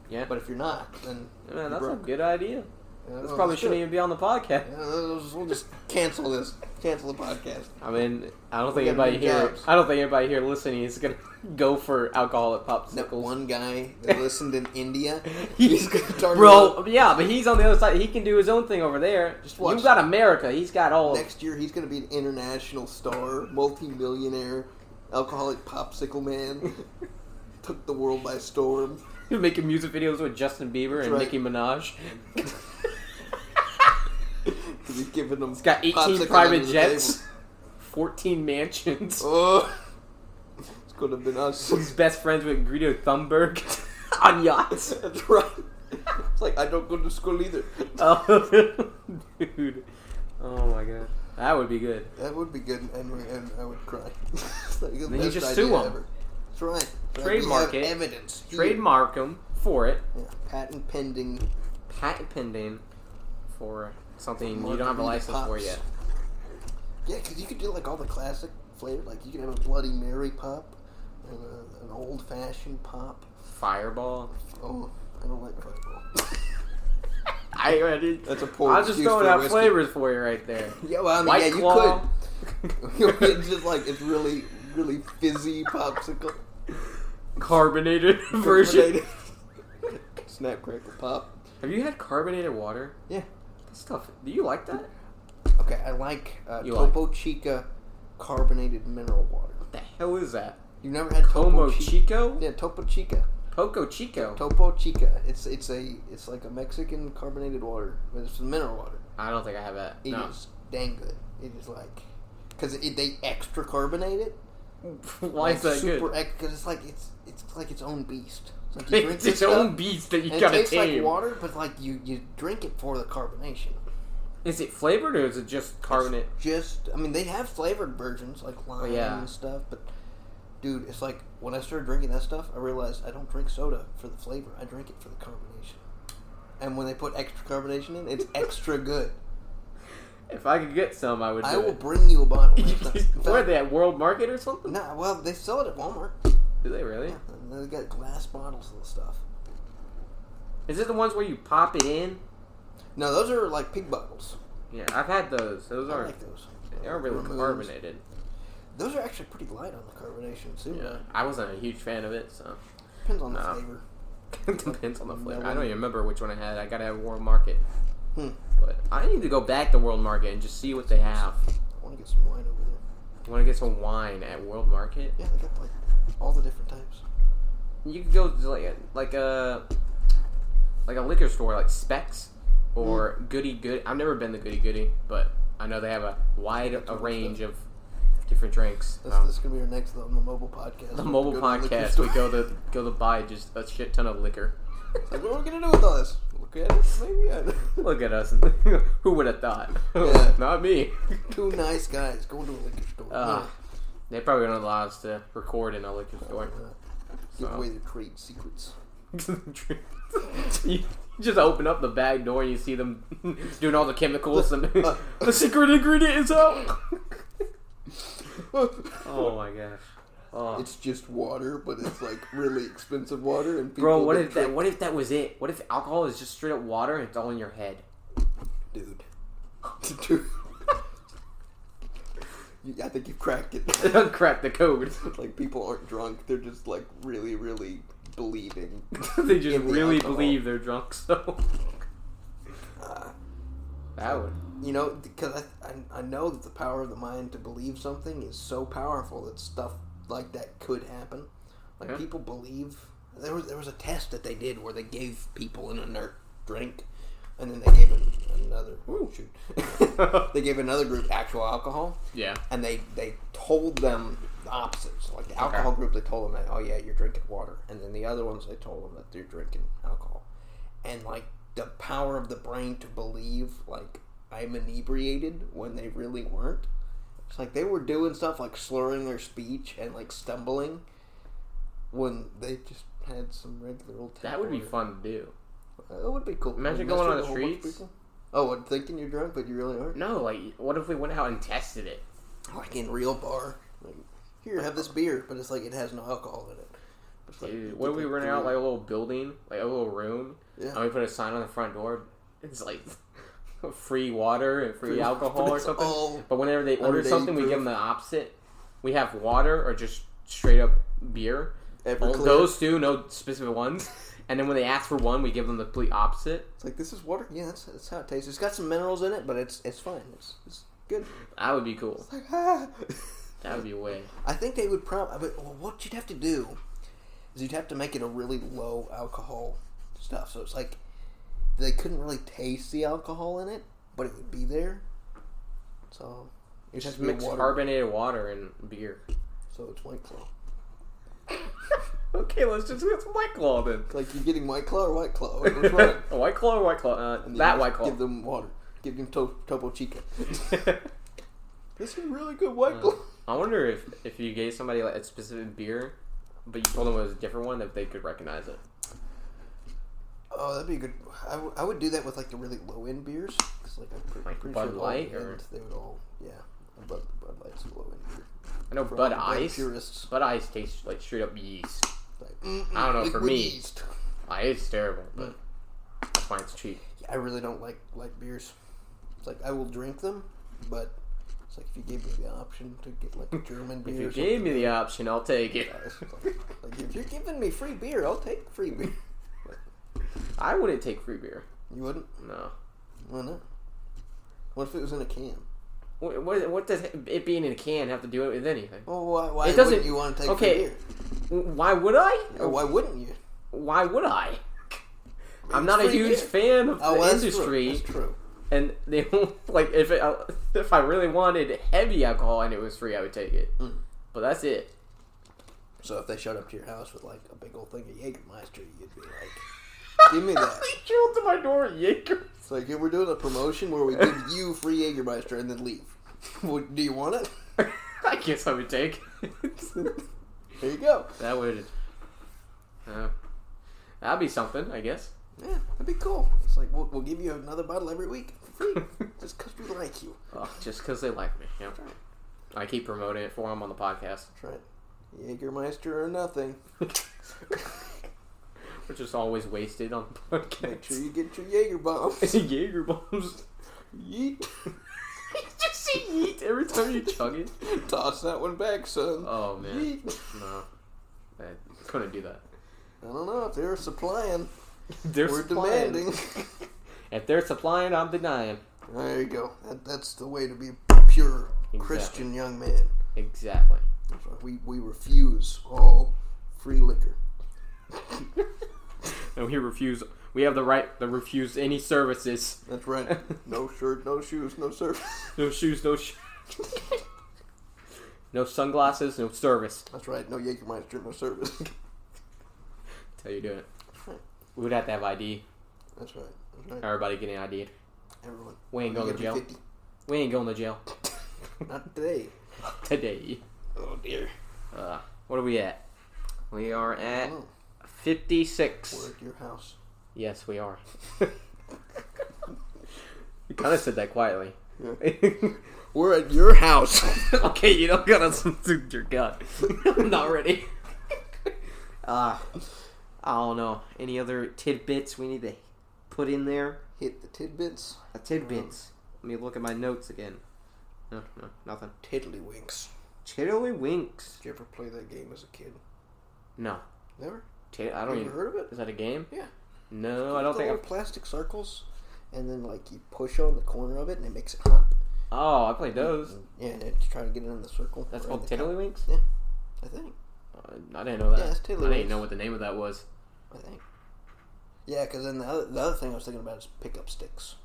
Yeah, But if you're not, then man, you're that's a broke. good idea. Yeah, This no, probably let's do shouldn't it. even be on the podcast. Yeah, let's- We'll just cancel this. Cancel the podcast. I mean, I don't We think gotta anybody do here. jobs. I don't think anybody here listening is gonna go for alcoholic That popsicles. one guy that listened in India. He's He's gonna turn bro. Yeah, but he's on the other side. He can do his own thing over there. Just watch. You got America. He's got all. Next year, he's going to be an international star, multi-millionaire, alcoholic popsicle man. Took the world by storm. He's making music videos with Justin Bieber and right. Nicki Minaj. 'Cause He's giving them. It's got 18 popsicle private under the jets, table. 14 mansions. Oh, it's going to have been us. He's best friends with Guido Thunberg on yachts. That's right. It's like I don't go to school either. Oh, dude. Oh my god. That would be good. That would be good, and, we, and I would cry. It's like the Then you best just idea sue 'em. ever. That's right. Like, Trademark we have it. Evidence. here. Trademark him for it. Yeah, patent pending. Patent pending for something you Margarita don't have a license for pops. yet. Yeah, because you could do like all the classic flavors. Like you could have a Bloody Mary pop, and a, an old fashioned pop. Fireball. Oh, I don't like fireball. I already. That's a poor I was just excuse throwing for out whiskey. flavors for you right there. yeah, well, I mean, White yeah, Claw. you could. it's just like it's really, really fizzy popsicle Carbonated version. Snap crackle pop. Have you had carbonated water? Yeah. That stuff. Do you like that? Okay, I like uh, You Topo Chica carbonated mineral water. What the hell is that? You've never had Como Topo Chica? Chico? Yeah, Topo Chica. Poco Chico? Topo Chica. It's it's a it's like a Mexican carbonated water, but it's mineral water. I don't think I have that. It is No. dang good. It is like because they extra carbonate it. Why is that super good? Because it's like it's it's like its own beast. It's like you drink It's this its stuff, own beast that you and it gotta tastes tame. like water, but like you you drink it for the carbonation. is it flavored or is it just carbonate? Just I mean they have flavored versions like lime yeah. and stuff, but dude, it's like when I started drinking that stuff, I realized I don't drink soda for the flavor. I drink it for the carbonation. And when they put extra carbonation in, it's extra good. If I could get some, I would. Do I will It. bring you a bottle. next time. In Where are fact, they at World Market or something? Nah, well, they sell it at Walmart. Do they really? Yeah, and they got glass bottles and stuff. Is it the ones where you pop it in? No, those are like pig bottles. Yeah, I've had those. Those I aren't. like those. they aren't really Removes. carbonated. Those are actually pretty light on the carbonation too. Yeah, I wasn't a huge fan of it, so Depends on the No. flavor. it depends on the flavor. I Melon. don't even remember which one I had. I gotta have World Market, Hmm. but I need to go back to World Market and just see what they have. I want to get some wine over there. You want to get some wine at World Market? Yeah, they got like all the different types. You could go to like a, like a like a liquor store like Specs or Mm-hmm. Goody Good. I've never been to Goody Goody, but I know they have a wide a range of different drinks. That's, Um, that's gonna be our next on the mobile podcast. the mobile Go to liquor podcast, store. we go to go to buy just a shit ton of liquor. It's like, what are we gonna do with all this? Look at it, maybe. I don't- Look at us. Who would have thought? Yeah. Not me. Two nice guys going to a liquor store. Uh, they probably don't allow us to record in a liquor No, store. no. Give away their trade secrets. you just open up the back door and you see them doing all the chemicals. And Uh. the secret ingredient is out. oh my gosh. Oh. It's just water, but it's like really expensive water. And people Bro, what that if that? drink- What if that was it? What if alcohol is just straight up water and it's all in your head? dude? dude. You- I think you cracked it. Crack the code. like people aren't drunk; they're just like really, really believing. they just In the really alcohol. believe they're drunk. So Uh, that would. you know, because I, I I know that the power of the mind to believe something is so powerful that stuff like that could happen. Like Yeah. people believe there was there was a test that they did where they gave people an inert drink, and then they gave an, another shoot. they gave another group actual alcohol, Yeah. and they they told them the opposite. So like the alcohol group, they told them that oh yeah, you're drinking water, and then the other ones they told them that they're drinking alcohol, and like the power of the brain to believe like I'm inebriated when they really weren't. It's like they were doing stuff like slurring their speech and like stumbling when they just had some regular old. tap That would be water. fun to do. That would be cool. Imagine Mess going on the with a whole bunch of streets. people. Oh, and thinking you're drunk, but you really aren't. No, like, what if we went out and tested it? like in real bar. Like, here, have this beer, but it's like it has no alcohol in it. It's like, Dude, what if we rent out like um, a little building, like a little room, Yeah. and we put a sign on the front door? It's like free water and free Free- Oh. alcohol but or it's something. all But whenever they order 180 something, we give them proof. the opposite. We have water or just straight up beer. All Everclear. those two, no specific ones. And then when they ask for one, we give them the complete opposite. It's like this is water. Yeah, that's, that's how it tastes. It's got some minerals in it, but it's it's fine. It's, it's good. That would be cool. Like, ah. That would be way. I think they would probably. Well, what you'd have to do is you'd have to make it a really low alcohol stuff. So it's like they couldn't really taste the alcohol in it, but it would be there. So it has Just to be a mix water. carbonated water and beer. So it's white claw. Okay, let's just get some White Claw then. Like you're getting white claw or white claw. Which one? A White Claw or White Claw? Uh, And then that you White Give Claw. them water. Give them to- Topo Chica. this is really good white Uh, I wonder if if you gave somebody like a specific beer, but you told them it was a different one, if they could recognize it. Oh, that'd be good. I, w- I would do that with like the really low end beers. 'cause, like, I'm pre- Like pretty Bud sure low Light, end, or- they would all yeah. Bud, Bud Light's a low end beer. I know For Bud all the Bud Ice. purists. Bud Ice tastes like straight up yeast. Like, mm-mm, I don't know, for liquid me. yeast. Like, it's terrible, Mm. but that's why it's cheap. Yeah, I really don't like light beers. It's like I will drink them, but it's like if you gave me the option to get like a German beer, If you or gave me the option, I'll take it. something like, that, it's like, like if you're giving me free beer, I'll take free beer. I wouldn't take free beer. You wouldn't? No. Why not? What if it was in a can? What, what, what does it being in a can have to do with anything? Well, why, why It doesn't- wouldn't you want to take okay. free beer? Why would I? Or why wouldn't you? Why would I? I mean, I'm it's not a free huge beer. fan of Oh, the well, that's industry, True. That's true. and they won't- like if it, uh, if I really wanted heavy alcohol and it was free, I would take it. Mm. But that's it. So if they showed up to your house with like a big old thing of Jägermeister, you'd be like, "Give me that." They drilled to my door, Yaker. It's like "Yeah, we're doing a promotion where we give you free Jägermeister and then leave. Would- Do you want it? I guess I would take. it. There you go. that would. Uh, that'd be something, I guess. Yeah, that'd be cool. It's like we'll, we'll give you another bottle every week for free, just 'cause we like you. Oh, just because they like me. Yeah. I keep promoting it for them on the podcast, That's right. Jägermeister or nothing. which is always wasted on the Make sure podcast. you get your Jaeger bombs. Jaeger bombs. Yeet. you just say yeet every time you chug it. Toss that one back, son. Oh man, Yeet. no, I couldn't do that. I don't know if they're supplying. They're we're supplying. demanding. If they're supplying, I'm denying. there you go. That, that's the way to be pure Christian young man. Exactly. That's why We we refuse all free liquor. And we refuse. We have the right to refuse any services. That's right. No shirt, no shoes, no service. No shoes. No. Sh- no sunglasses. No service. That's right. No Jägermeister, no service. That's how you do it. We would have to have ID. That's right. That's right. Everybody getting ID'd. Everyone. We ain't You going to gotta be jail. 50. We ain't going to jail Not today. today. Oh dear. Uh, what are we at? We are at Oh, we're 56. at your house. Yes, we are. you kind of said that quietly. We're at your house. okay, you don't gotta suit your gut. I'm not ready. uh, I don't know. Any other tidbits we need to put in there? Hit the tidbits. Uh, tidbits. Let me look at my notes again. No, no, nothing. Tiddlywinks. Tiddlywinks. Did you ever play that game as a kid? No. Never. Tid- I You don't ever even. heard of it? Is that a game? Yeah. No, I don't The think. little I've... plastic circles, and then like you push on the corner of it, and it makes it hump. Oh, I played those. Yeah, and it's trying to get it in the circle. That's around called the top, Tiddlywinks. I think. Uh, I didn't know that. Yeah, it's I didn't Tiddlywinks. know what the name of that was. I think. Yeah, because then the other, the other thing I was thinking about is pickup sticks.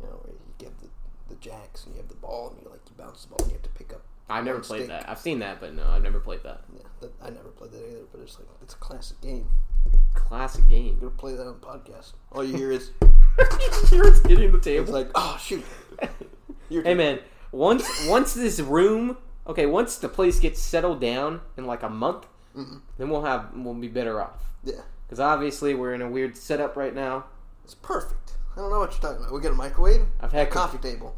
You know, where you give the, the jacks and you have the ball and you like you bounce the ball and you have to pick up. I've never One played stick. that. I've seen that, but no, I've never played that. Yeah, that, I never played that either, but it's like it's a classic game. Classic game. We're gonna play that on podcast. All you hear is It's hitting the it's table. like, oh shoot, Your hey turn." man, once once this room, okay, once the place gets settled down in like a month, Mhm. then we'll have we'll be better off. Yeah, Because obviously we're in a weird setup right now. it's perfect. I don't know what you're talking about. We got a microwave, I've had a coffee table,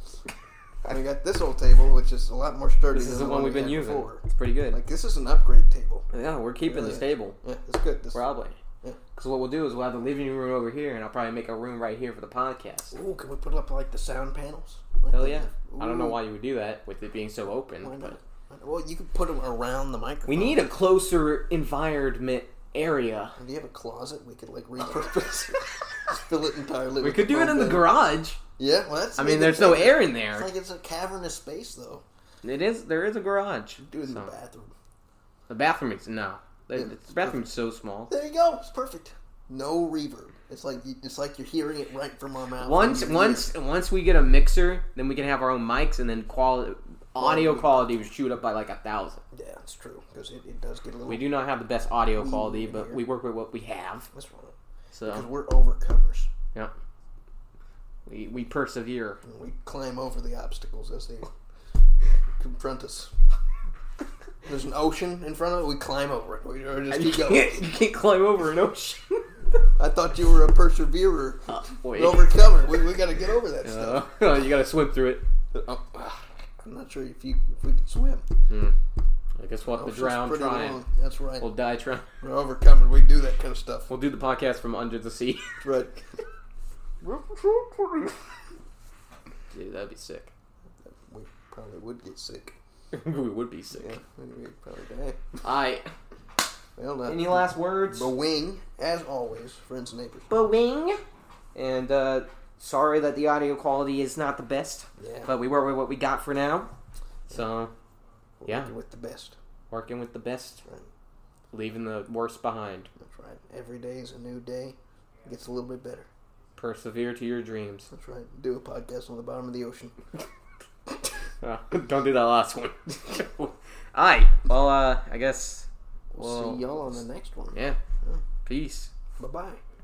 and we got this old table, which is a lot more sturdy. This than is the one we've we been had using. Before. It's pretty good. Like this is an upgrade table. yeah, we're keeping Yeah. the stable Yeah, it's good. This probably. Yeah. Because what we'll do is we'll have the living room over here, and I'll probably make a room right here for the podcast. Ooh, can we put up like the sound panels? Like Hell they yeah! have- I don't know Ooh, why you would do that with it being so open. Why but- not? Well, you could put them around the microphone. We need a closer environment area. Do you have a closet we could like repurpose? Fill it entirely. We could do it in the garage. Yeah, well, that's. I mean, there's no air in It's there. like it's a cavernous space though. It is. There is a garage. Do it in So- the bathroom. The bathroom is no. The, the it's bathroom's so small. There you go. It's perfect. No reverb. It's like you, it's like you're hearing it right from our mouth. Once, Your once, once we get a mixer, then we can have our own mics, and then quality, audio quality would shoot up by like a thousand. ear. Yeah, it's true because it, it does get a little. We do not have the best audio quality, in but here. we work with what we have. That's wrong. Because So we're overcomers. yeah, we we persevere. And we climb over the obstacles as they confront us. There's an ocean in front of it. We climb over it. We or just You keep going. can't, you can't climb over an ocean. I thought you were a perseverer, Oh, an wait. overcomer. We, we got to get over that Uh, stuff. you gotta swim through it. Oh, ah, I'm not sure if you if we can swim. I guess we'll have to Ocean's drown pretty trying. long. That's right. We'll die trying. We're overcoming. We do that kind of stuff. We'll do the podcast from under the sea. That's right. Dude, that'd be sick. we probably would get sick. we would be sick. Yeah, we'd probably die. I Well, not Any last words? The wing, as always, friends and neighbors. Boing. And uh, sorry that the audio quality is not the best, Yeah, but we work with what we got for now. So we're yeah. working with the best. working with the best, Right. leaving the worst behind. That's right. Every day is a new day. It gets a little bit better. Persevere to your dreams. That's right. Do a podcast on the bottom of the ocean. Uh, don't do that last one. All right. Well, uh, I guess. We'll, Well, see y'all on the next one. yeah. Peace. Bye bye.